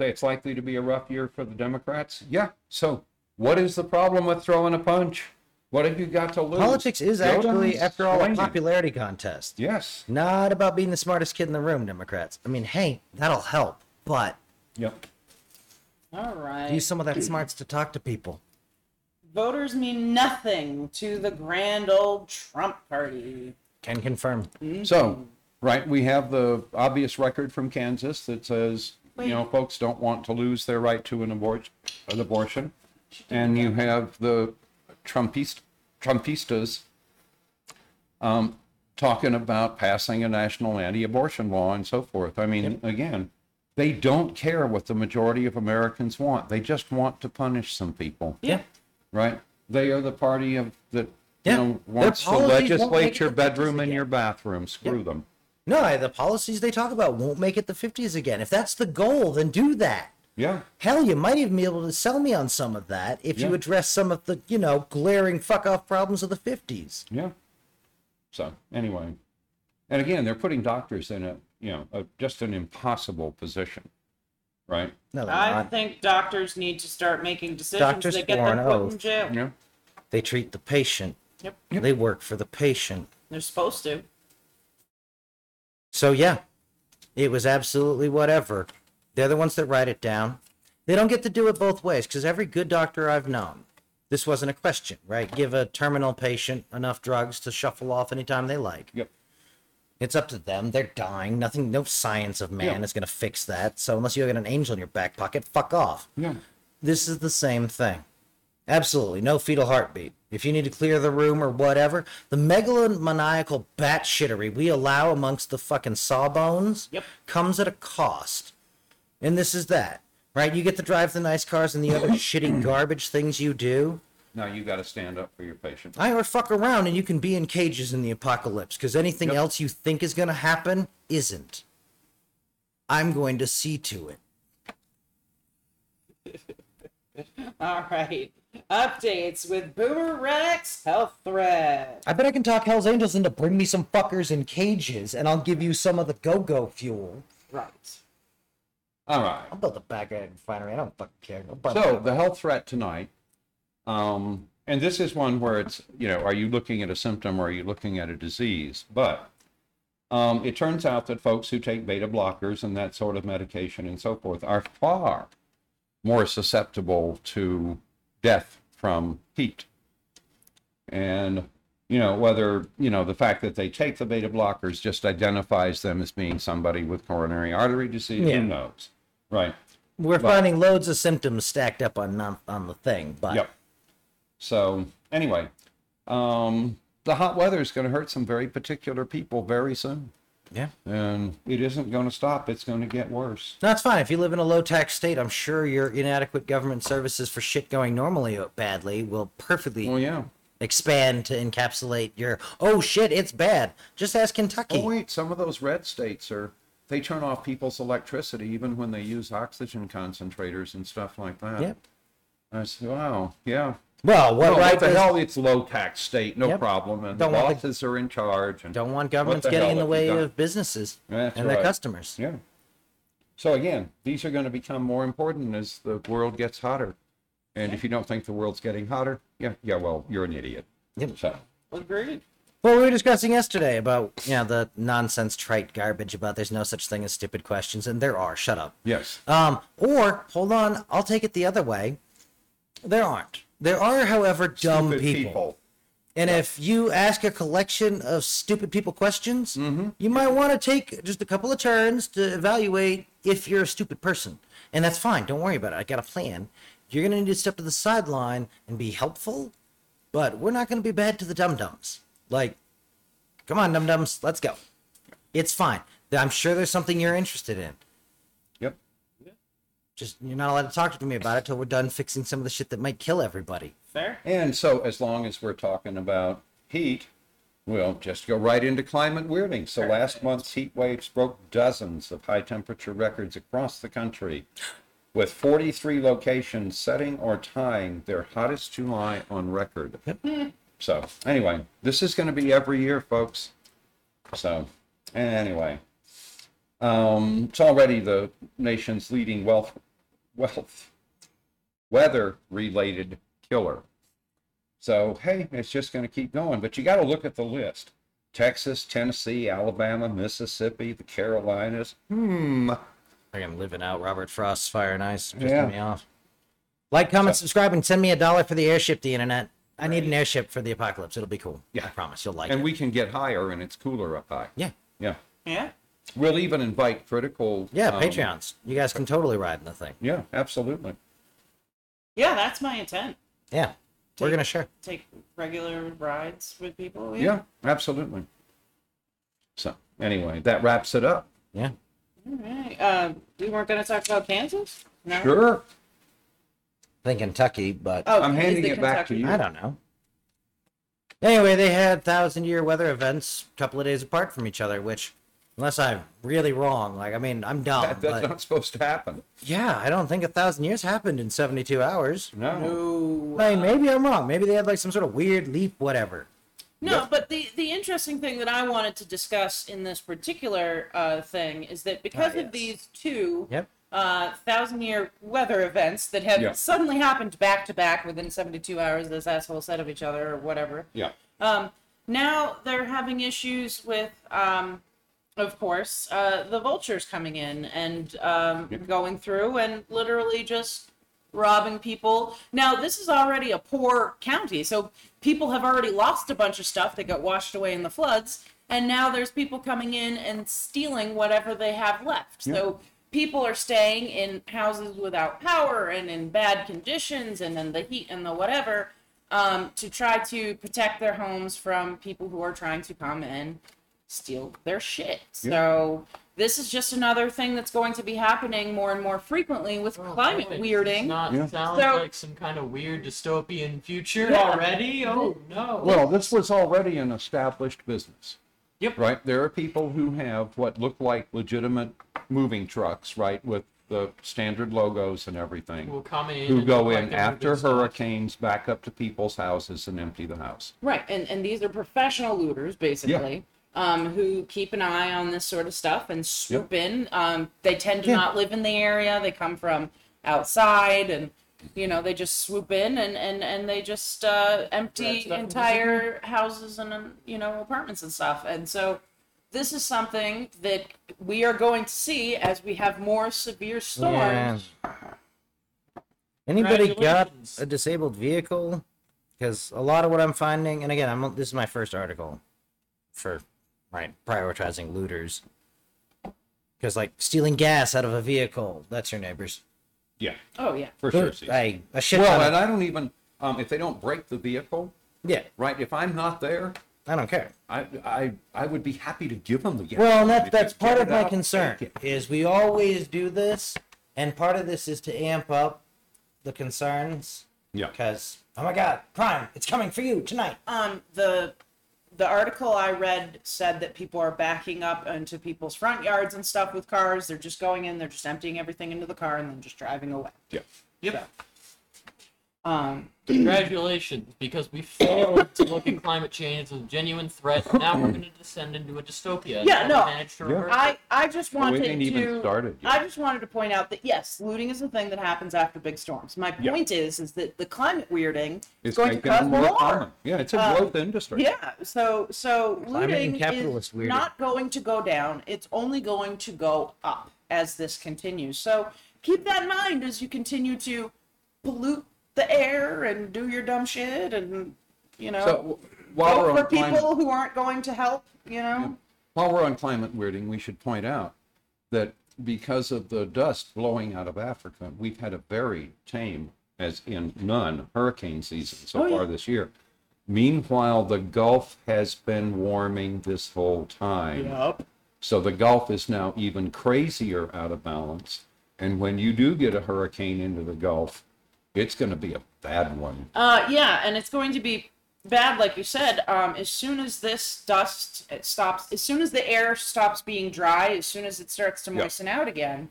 [SPEAKER 5] Say it's likely to be a rough year for the Democrats. Yeah. So what is the problem with throwing a punch? What have you got to lose?
[SPEAKER 2] Politics is
[SPEAKER 5] Go
[SPEAKER 2] actually,
[SPEAKER 5] down
[SPEAKER 2] after all, a
[SPEAKER 5] swinging.
[SPEAKER 2] popularity contest.
[SPEAKER 5] Yes.
[SPEAKER 2] Not about being the smartest kid in the room, Democrats. I mean, hey, that'll help, but
[SPEAKER 5] Yep.
[SPEAKER 4] All right.
[SPEAKER 2] use some of that smarts to talk to people.
[SPEAKER 4] Voters mean nothing to the grand old Trump party.
[SPEAKER 2] Can confirm.
[SPEAKER 5] So right, we have the obvious record from Kansas that says you know folks don't want to lose their right to an abortion, an abortion, and you have the Trumpist, Trumpistas um, talking about passing a national anti-abortion law and so forth. I mean, again, They don't care what the majority of Americans want. They just want to punish some people,
[SPEAKER 2] Yeah.
[SPEAKER 5] right? They are the party of that
[SPEAKER 2] Yeah.
[SPEAKER 5] you know
[SPEAKER 2] Their
[SPEAKER 5] wants to
[SPEAKER 2] policies won't make
[SPEAKER 5] legislate
[SPEAKER 2] it
[SPEAKER 5] your
[SPEAKER 2] to Congress
[SPEAKER 5] bedroom and
[SPEAKER 2] again.
[SPEAKER 5] your bathroom. Screw them.
[SPEAKER 2] No, I- the policies they talk about won't make it the 50s again. If that's the goal, then do that.
[SPEAKER 5] Yeah.
[SPEAKER 2] Hell, you might even be able to sell me on some of that if you
[SPEAKER 5] Yeah.
[SPEAKER 2] address some of the, you know, glaring fuck off problems of the 50s.
[SPEAKER 5] Yeah. So anyway, and again, they're putting doctors in a you know a, just an impossible position, right?
[SPEAKER 2] No, they're
[SPEAKER 4] I
[SPEAKER 2] not.
[SPEAKER 4] think doctors need to start making decisions
[SPEAKER 2] Doctors
[SPEAKER 4] that get
[SPEAKER 2] swore
[SPEAKER 4] them
[SPEAKER 2] an
[SPEAKER 4] put in
[SPEAKER 2] oath.
[SPEAKER 4] jail.
[SPEAKER 5] Yeah.
[SPEAKER 2] They treat the patient,
[SPEAKER 4] Yep.
[SPEAKER 2] they work for the patient.
[SPEAKER 4] They're supposed to.
[SPEAKER 2] So, yeah, it was absolutely whatever. They're the ones that write it down. They don't get to do it both ways because every good doctor I've known, this wasn't a question, right? Give a terminal patient enough drugs to shuffle off anytime they like.
[SPEAKER 5] Yep.
[SPEAKER 2] It's up to them. They're dying. Nothing, no science of man
[SPEAKER 5] Yeah.
[SPEAKER 2] is going to fix that. So unless you got an angel in your back pocket, fuck off.
[SPEAKER 5] Yeah.
[SPEAKER 2] This is the same thing. Absolutely. No fetal heartbeat. If you need to clear the room or whatever, the megalomaniacal batshittery we allow amongst the fucking sawbones
[SPEAKER 4] Yep.
[SPEAKER 2] comes at a cost. And this is that, right? You get to drive the nice cars and the other shitty garbage things you do.
[SPEAKER 5] Now you got to stand up for your patient.
[SPEAKER 2] I or fuck around and you can be in cages in the apocalypse because anything
[SPEAKER 5] Yep.
[SPEAKER 2] else you think is going to happen isn't. I'm going to see to it.
[SPEAKER 4] All right. Updates with Boomer Rex Health Thread.
[SPEAKER 2] I bet I can talk Hell's Angels into bring me some fuckers in cages and I'll give you some of the go go fuel.
[SPEAKER 4] Right.
[SPEAKER 5] All right.
[SPEAKER 2] I'll build a backyard refinery. I don't fucking care. I'll buy-
[SPEAKER 5] So the health threat tonight, um, and this is one where it's you know, are you looking at a symptom or are you looking at a disease? But um, it turns out that folks who take beta blockers and that sort of medication and so forth are far more susceptible to death from heat. And you know whether you know the fact that they take the beta blockers just identifies them as being somebody with coronary artery disease.
[SPEAKER 2] Yeah.
[SPEAKER 5] Who knows, right?
[SPEAKER 2] We're finding loads of symptoms stacked up on non- on the thing, but
[SPEAKER 5] Yep. So anyway, um, the hot weather is going to hurt some very particular people very soon,
[SPEAKER 2] yeah.
[SPEAKER 5] and it isn't going to stop. It's going to get worse.
[SPEAKER 2] No, it's fine. If you live in a low tax state, I'm sure your inadequate government services for shit going normally uh, badly will perfectly
[SPEAKER 5] Well, Oh, yeah.
[SPEAKER 2] expand to encapsulate your oh shit, it's bad. Just ask Kentucky.
[SPEAKER 5] Oh wait, some of those red states are. They turn off people's electricity even when they use oxygen concentrators and stuff like that.
[SPEAKER 2] Yep.
[SPEAKER 5] I said, wow, yeah.
[SPEAKER 2] Well, what
[SPEAKER 5] No,
[SPEAKER 2] right?
[SPEAKER 5] what the
[SPEAKER 2] does-
[SPEAKER 5] hell? It's low tax state, no
[SPEAKER 2] Yep.
[SPEAKER 5] problem. And
[SPEAKER 2] Don't
[SPEAKER 5] the
[SPEAKER 2] want the-
[SPEAKER 5] bosses are in charge. And
[SPEAKER 2] Don't want
[SPEAKER 5] what
[SPEAKER 2] governments
[SPEAKER 5] the
[SPEAKER 2] getting
[SPEAKER 5] hell
[SPEAKER 2] in the
[SPEAKER 5] have we
[SPEAKER 2] way
[SPEAKER 5] done?
[SPEAKER 2] of businesses
[SPEAKER 5] That's
[SPEAKER 2] and
[SPEAKER 5] right.
[SPEAKER 2] their customers.
[SPEAKER 5] Yeah. So again, these are going to become more important as the world gets hotter. And if you don't think the world's getting hotter, yeah, yeah, well, you're an idiot.
[SPEAKER 2] Yep.
[SPEAKER 5] So,
[SPEAKER 4] Agreed.
[SPEAKER 2] Well, we were discussing yesterday about you know the nonsense trite garbage about there's no such thing as stupid questions, and there are. Shut up.
[SPEAKER 5] yes.
[SPEAKER 2] Um, or hold on, I'll take it the other way. There aren't. There are, however, dumb
[SPEAKER 5] Stupid
[SPEAKER 2] people. And if you ask a collection of stupid people questions, you might want to take just a couple of turns to evaluate if you're a stupid person. And that's fine. Don't worry about it. I got a plan. You're going to need to step to the sideline and be helpful, but we're not going to be bad to the dum dums. Like, come on, dum dums, let's go. It's fine. I'm sure there's something you're interested in.
[SPEAKER 5] Yep.
[SPEAKER 2] Just you're not allowed to talk to me about it till we're done fixing some of the shit that might kill everybody.
[SPEAKER 4] Fair.
[SPEAKER 5] And so, as long as we're talking about heat, we'll just go right into climate weirding. So, last month's heat waves broke dozens of high temperature records across the country, with 43 locations setting or tying their hottest July on record. so, anyway, this is going to be every year, folks. So, anyway, um, it's already the nation's leading wealth, wealth, weather-related killer. So, hey, it's just going to keep going. But you got to look at the list Texas, Tennessee, Alabama, Mississippi, the Carolinas. Hmm.
[SPEAKER 2] Like I'm living out Robert Frost's Fire and Ice. Pissing
[SPEAKER 5] Yeah.
[SPEAKER 2] me off. Like, comment,
[SPEAKER 5] So-
[SPEAKER 2] subscribe, and send me a dollar for the airship, the internet. I need an airship for the apocalypse. It'll be cool.
[SPEAKER 5] Yeah.
[SPEAKER 2] I promise. You'll like
[SPEAKER 5] And
[SPEAKER 2] it.
[SPEAKER 5] we can get higher, and it's cooler up high.
[SPEAKER 2] yeah.
[SPEAKER 5] Yeah.
[SPEAKER 4] Yeah.
[SPEAKER 5] We'll even invite critical.
[SPEAKER 2] Yeah,
[SPEAKER 5] um,
[SPEAKER 2] Patreons. You guys can totally ride in the thing.
[SPEAKER 5] Yeah, absolutely.
[SPEAKER 4] Yeah, that's my intent.
[SPEAKER 2] Yeah. We're going to share.
[SPEAKER 4] Take regular rides with people.
[SPEAKER 5] Yeah, absolutely. So, anyway, that wraps it up.
[SPEAKER 2] Yeah.
[SPEAKER 1] All right. Uh,
[SPEAKER 4] Um,
[SPEAKER 1] we weren't going to talk about Kansas? No.
[SPEAKER 5] Sure.
[SPEAKER 2] think Kentucky, but
[SPEAKER 1] Oh,
[SPEAKER 5] I'm
[SPEAKER 1] is
[SPEAKER 5] handing
[SPEAKER 1] the
[SPEAKER 5] it back to
[SPEAKER 1] Kentucky-
[SPEAKER 5] you.
[SPEAKER 2] I don't know. Anyway, they had thousand year weather events a couple of days apart from each other, which, unless I'm really wrong, like, I mean, I'm dumb,
[SPEAKER 5] That, that's
[SPEAKER 2] but
[SPEAKER 5] not supposed to happen.
[SPEAKER 2] yeah, I don't think a thousand years happened in 72 hours.
[SPEAKER 5] No.
[SPEAKER 1] No.
[SPEAKER 2] Like, maybe I'm wrong. Maybe they had, like, some sort of weird leap, whatever.
[SPEAKER 1] No,
[SPEAKER 5] Yep.
[SPEAKER 1] but the the interesting thing that I wanted to discuss in this particular uh, thing is that because
[SPEAKER 2] Ah, yes.
[SPEAKER 1] of these two
[SPEAKER 2] Yep.
[SPEAKER 1] uh, thousand year weather events that have
[SPEAKER 5] Yeah.
[SPEAKER 1] suddenly happened back to back within seventy two hours, this asshole said of each other or whatever.
[SPEAKER 5] Yeah.
[SPEAKER 1] Um, now they're having issues with, um, of course, uh, the vultures coming in and um,
[SPEAKER 5] Yep.
[SPEAKER 1] going through and literally just robbing people. Now, this is already a poor county, so people have already lost a bunch of stuff that got washed away in the floods, and now there's people coming in and stealing whatever they have left.
[SPEAKER 5] Yeah.
[SPEAKER 1] So people are staying in houses without power and in bad conditions and in the heat and the whatever um, to try to protect their homes from people who are trying to come and steal their shit.
[SPEAKER 5] Yeah.
[SPEAKER 1] So this is just another thing that's going to be happening more and more frequently with
[SPEAKER 3] Oh,
[SPEAKER 1] climate
[SPEAKER 3] perfect.
[SPEAKER 1] weirding.
[SPEAKER 3] Does Not
[SPEAKER 5] Yeah.
[SPEAKER 3] sound
[SPEAKER 1] So-
[SPEAKER 3] like some kind of weird dystopian future
[SPEAKER 1] Yeah.
[SPEAKER 3] already. Oh no.
[SPEAKER 5] Well, this was already an established business.
[SPEAKER 3] Yep.
[SPEAKER 5] Right? There are people who have what look like legitimate moving trucks, right, with the standard logos and everything,
[SPEAKER 3] will come in.
[SPEAKER 5] who
[SPEAKER 3] and
[SPEAKER 5] go
[SPEAKER 3] collect
[SPEAKER 5] in
[SPEAKER 3] their
[SPEAKER 5] after
[SPEAKER 3] goods.
[SPEAKER 5] hurricanes back up to people's houses and empty the house.
[SPEAKER 1] Right, and, and these are professional looters, basically, um, who keep an eye on this sort of stuff and swoop in. Um, they tend to
[SPEAKER 5] Yeah.
[SPEAKER 1] not live in the area, they come from outside, and, you know, they just swoop in and, and, and they just uh,
[SPEAKER 3] Grab
[SPEAKER 1] empty
[SPEAKER 3] stuff and
[SPEAKER 1] entire houses and, um, you know, apartments and stuff. And so this is something that we are going to see as we have more severe storms.
[SPEAKER 2] Anybody got
[SPEAKER 3] Congratulations.
[SPEAKER 2] a disabled vehicle? Because a lot of what I'm finding, and again, I'm this is my first article for right prioritizing looters. Because like stealing gas out of a vehicle, that's your neighbors.
[SPEAKER 5] Yeah,
[SPEAKER 1] Oh, yeah.
[SPEAKER 5] for sure.
[SPEAKER 2] Loot-
[SPEAKER 5] Steve.
[SPEAKER 2] Like a shit.
[SPEAKER 5] Well,
[SPEAKER 2] ton
[SPEAKER 5] and
[SPEAKER 2] of-
[SPEAKER 5] I don't even, um, if they don't break the vehicle,
[SPEAKER 2] yeah,
[SPEAKER 5] right, if I'm not there,
[SPEAKER 2] I don't care.
[SPEAKER 5] I, I, I would be happy to give them the gas.
[SPEAKER 2] Well, and
[SPEAKER 5] If
[SPEAKER 2] that,
[SPEAKER 5] you
[SPEAKER 2] that's part
[SPEAKER 5] get
[SPEAKER 2] of
[SPEAKER 5] it
[SPEAKER 2] my
[SPEAKER 5] out,
[SPEAKER 2] concern
[SPEAKER 5] take it.
[SPEAKER 2] is we always do this, and part of this is to amp up the concerns
[SPEAKER 5] Yeah.
[SPEAKER 2] because oh my god, crime! It's coming for you tonight.
[SPEAKER 1] um the the article I read said that people are backing up into people's front yards and stuff with cars. They're just going in, they're just emptying everything into the car and then just driving away.
[SPEAKER 5] Yeah.
[SPEAKER 3] Yep.
[SPEAKER 1] Um,
[SPEAKER 3] Congratulations, because we failed to look at climate change as a genuine threat. Now we're going to descend into a dystopia.
[SPEAKER 1] Yeah,
[SPEAKER 3] and
[SPEAKER 1] no.
[SPEAKER 3] manage to
[SPEAKER 5] Yeah.
[SPEAKER 3] reverse it.
[SPEAKER 1] I I just
[SPEAKER 5] Well, we
[SPEAKER 1] wanted
[SPEAKER 5] didn't
[SPEAKER 1] to
[SPEAKER 5] even start it yet.
[SPEAKER 1] I just wanted to point out that yes, looting is a thing that happens after big storms. My
[SPEAKER 5] Yeah.
[SPEAKER 1] point is is that the climate weirding is
[SPEAKER 5] It's
[SPEAKER 1] going to
[SPEAKER 5] making
[SPEAKER 1] cause
[SPEAKER 5] them
[SPEAKER 1] more.
[SPEAKER 5] more common. Yeah, it's a
[SPEAKER 1] Um,
[SPEAKER 5] growth industry.
[SPEAKER 1] Yeah, so so
[SPEAKER 2] Climate and
[SPEAKER 1] looting
[SPEAKER 2] capitalist
[SPEAKER 1] is
[SPEAKER 2] weirding.
[SPEAKER 1] not going to go down. It's only going to go up as this continues. So keep that in mind as you continue to pollute the air and do your dumb shit and you know
[SPEAKER 5] So w- while we're
[SPEAKER 1] vote for
[SPEAKER 5] on climate,
[SPEAKER 1] people who aren't going to help. You know,
[SPEAKER 5] while we're on climate weirding, we should point out that because of the dust blowing out of Africa, we've had a very tame, as in none, hurricane season so
[SPEAKER 1] Oh, yeah.
[SPEAKER 5] far this year. Meanwhile, the Gulf has been warming this whole time.
[SPEAKER 4] Oh.
[SPEAKER 5] So the Gulf is now even crazier out of balance. And when you do get a hurricane into the Gulf, it's going to be a bad one.
[SPEAKER 1] Uh, yeah, and it's going to be bad, like you said. Um, as soon as this dust it stops, as soon as the air stops being dry, as soon as it starts to
[SPEAKER 5] Yeah.
[SPEAKER 1] moisten out again,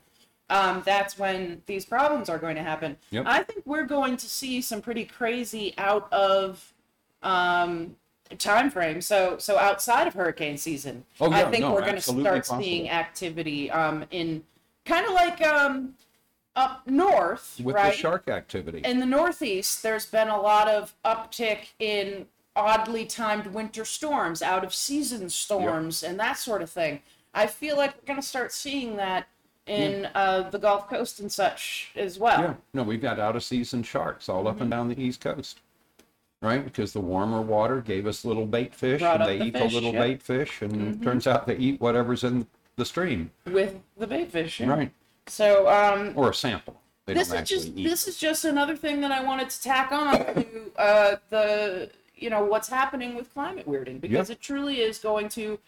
[SPEAKER 1] um, that's when these problems are going to happen.
[SPEAKER 5] Yep.
[SPEAKER 1] I think we're going to see some pretty crazy out of um, time frame. So, so outside of hurricane season,
[SPEAKER 5] Oh, yeah,
[SPEAKER 1] I think
[SPEAKER 5] no,
[SPEAKER 1] we're going to
[SPEAKER 5] absolutely
[SPEAKER 1] start
[SPEAKER 5] possible.
[SPEAKER 1] seeing activity um, in kind of like um, up north,
[SPEAKER 5] With
[SPEAKER 1] right?
[SPEAKER 5] the shark activity.
[SPEAKER 1] in the Northeast, there's been a lot of uptick in oddly timed winter storms, out of season storms, and that sort of thing. I feel like we're going to start seeing that in uh, the Gulf Coast and such as well.
[SPEAKER 5] Yeah, no, we've got out of season sharks all
[SPEAKER 1] Mm-hmm.
[SPEAKER 5] up and down the east coast, right? Because the warmer water gave us little bait fish,
[SPEAKER 1] Brought
[SPEAKER 5] and
[SPEAKER 1] up
[SPEAKER 5] they
[SPEAKER 1] the
[SPEAKER 5] eat
[SPEAKER 1] fish, Mm-hmm.
[SPEAKER 5] the little
[SPEAKER 1] yeah.
[SPEAKER 5] bait fish, and turns out they eat whatever's in the stream,
[SPEAKER 1] With the bait fish. yeah.
[SPEAKER 5] right?
[SPEAKER 1] So, um,
[SPEAKER 5] Or a sample. They
[SPEAKER 1] this
[SPEAKER 5] don't
[SPEAKER 1] is
[SPEAKER 5] actually
[SPEAKER 1] just
[SPEAKER 5] eat.
[SPEAKER 1] this is just another thing that I wanted to tack on to uh, the you know what's happening with climate weirding because it truly is going to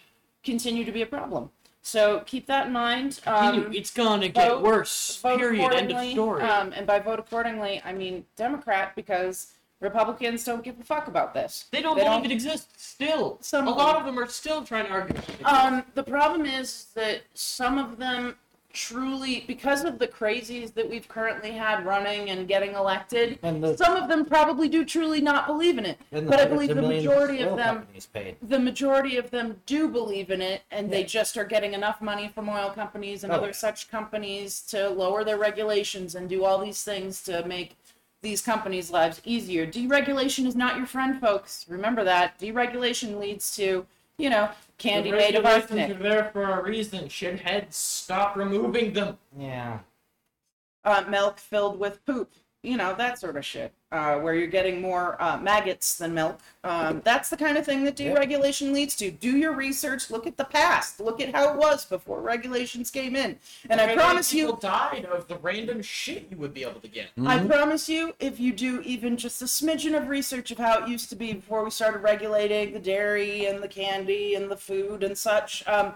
[SPEAKER 1] continue to be a problem. So keep that in mind.
[SPEAKER 3] You-
[SPEAKER 1] Um,
[SPEAKER 3] it's gonna get
[SPEAKER 1] vote-
[SPEAKER 3] worse.
[SPEAKER 1] vote
[SPEAKER 3] Period. End of
[SPEAKER 1] accordingly.
[SPEAKER 3] story.
[SPEAKER 1] Um, and by vote accordingly, I mean Democrat because Republicans don't give a fuck about this.
[SPEAKER 3] they don't
[SPEAKER 1] they
[SPEAKER 3] believe it
[SPEAKER 1] don't-
[SPEAKER 3] exists. Still,
[SPEAKER 1] Some
[SPEAKER 3] a
[SPEAKER 1] of
[SPEAKER 3] lot
[SPEAKER 1] them.
[SPEAKER 3] of them are still trying to argue. it
[SPEAKER 1] Um, the problem is that some of them truly, because of the crazies that we've currently had running and getting elected,
[SPEAKER 2] And
[SPEAKER 3] Uh,
[SPEAKER 2] the,
[SPEAKER 1] some of them probably do truly not believe in it.
[SPEAKER 2] and
[SPEAKER 1] but I
[SPEAKER 2] hundreds
[SPEAKER 1] believe
[SPEAKER 2] of
[SPEAKER 1] the
[SPEAKER 2] millions
[SPEAKER 1] majority of
[SPEAKER 2] oil
[SPEAKER 1] them-
[SPEAKER 2] companies paid.
[SPEAKER 1] The majority of them do believe in it, and they
[SPEAKER 2] Yeah.
[SPEAKER 1] just are getting enough money from oil companies and
[SPEAKER 2] Oh,
[SPEAKER 1] other
[SPEAKER 2] yeah.
[SPEAKER 1] such companies to lower their regulations and do all these things to make these companies' lives easier. Deregulation is not your friend, folks. Remember that. Deregulation leads to, you know, candy
[SPEAKER 3] The
[SPEAKER 1] made of
[SPEAKER 3] regulations
[SPEAKER 1] arsenic.
[SPEAKER 3] Are there for a reason. Shitheads, stop removing them.
[SPEAKER 2] Yeah.
[SPEAKER 4] uh, milk filled with poop, you know, that sort of shit, uh, where you're getting more uh, maggots than milk. Um, that's the kind of thing that
[SPEAKER 2] Yep.
[SPEAKER 4] deregulation leads to. Do your research, look at the past, look at how it was before regulations came in. And I
[SPEAKER 3] Because
[SPEAKER 4] promise
[SPEAKER 3] people
[SPEAKER 4] you,
[SPEAKER 3] died of the random shit you would be able to get.
[SPEAKER 4] I promise you, if you do even just a smidgen of research of how it used to be before we started regulating the dairy and the candy and the food and such, um,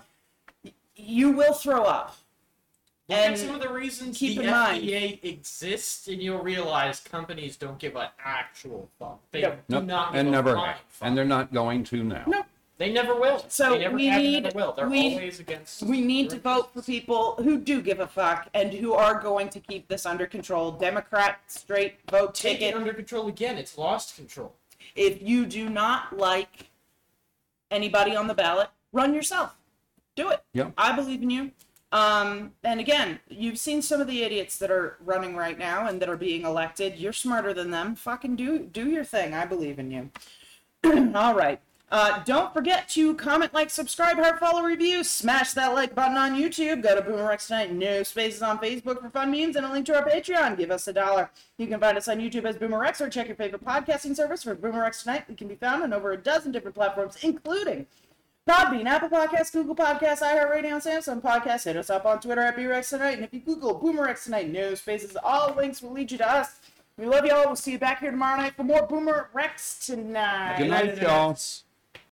[SPEAKER 4] y- you will throw up.
[SPEAKER 3] Look
[SPEAKER 4] And
[SPEAKER 3] at some of the reasons
[SPEAKER 4] keep
[SPEAKER 3] the
[SPEAKER 4] in mind-
[SPEAKER 3] FDA exists, and you'll realize companies don't give an actual fuck. They
[SPEAKER 4] Yep.
[SPEAKER 3] do
[SPEAKER 5] Nope.
[SPEAKER 3] not give
[SPEAKER 5] and
[SPEAKER 3] a
[SPEAKER 5] never
[SPEAKER 3] flying
[SPEAKER 5] have.
[SPEAKER 3] fuck.
[SPEAKER 5] And they're not going to now.
[SPEAKER 4] No.
[SPEAKER 3] They never will.
[SPEAKER 4] So
[SPEAKER 3] they never
[SPEAKER 4] we
[SPEAKER 3] have,
[SPEAKER 4] need-
[SPEAKER 3] never will. They're
[SPEAKER 4] we-
[SPEAKER 3] always against.
[SPEAKER 4] We need to vote for people who do give a fuck and who are going to keep this under control. Democrat, straight vote
[SPEAKER 3] Take it
[SPEAKER 4] ticket.
[SPEAKER 3] under control again. It's lost control.
[SPEAKER 4] If you do not like anybody on the ballot, run yourself. Do it.
[SPEAKER 5] Yeah.
[SPEAKER 4] I believe in you. Um, and again, you've seen some of the idiots that are running right now and that are being elected. You're smarter than them. Fucking do do your thing. I believe in you. All right. Uh, don't forget to comment, like, subscribe, heart, follow, review, smash that like button on YouTube. Go to Boomerx Tonight, no spaces on Facebook for fun memes, and a link to our Patreon. Give us a dollar. You can find us on YouTube as Boomerx or check your favorite podcasting service for Boomerx Tonight. We can be found on over a dozen different platforms, including Podbean, Apple Podcasts, Google Podcasts, iHeartRadio, and Samsung Podcasts. Hit us up on Twitter at BRX Tonight. And if you Google Boomerx Tonight, no spaces, all links will lead you to us. We love you all. We'll see you back here tomorrow night for more Boomer Rex tonight.
[SPEAKER 5] Good night, y'all.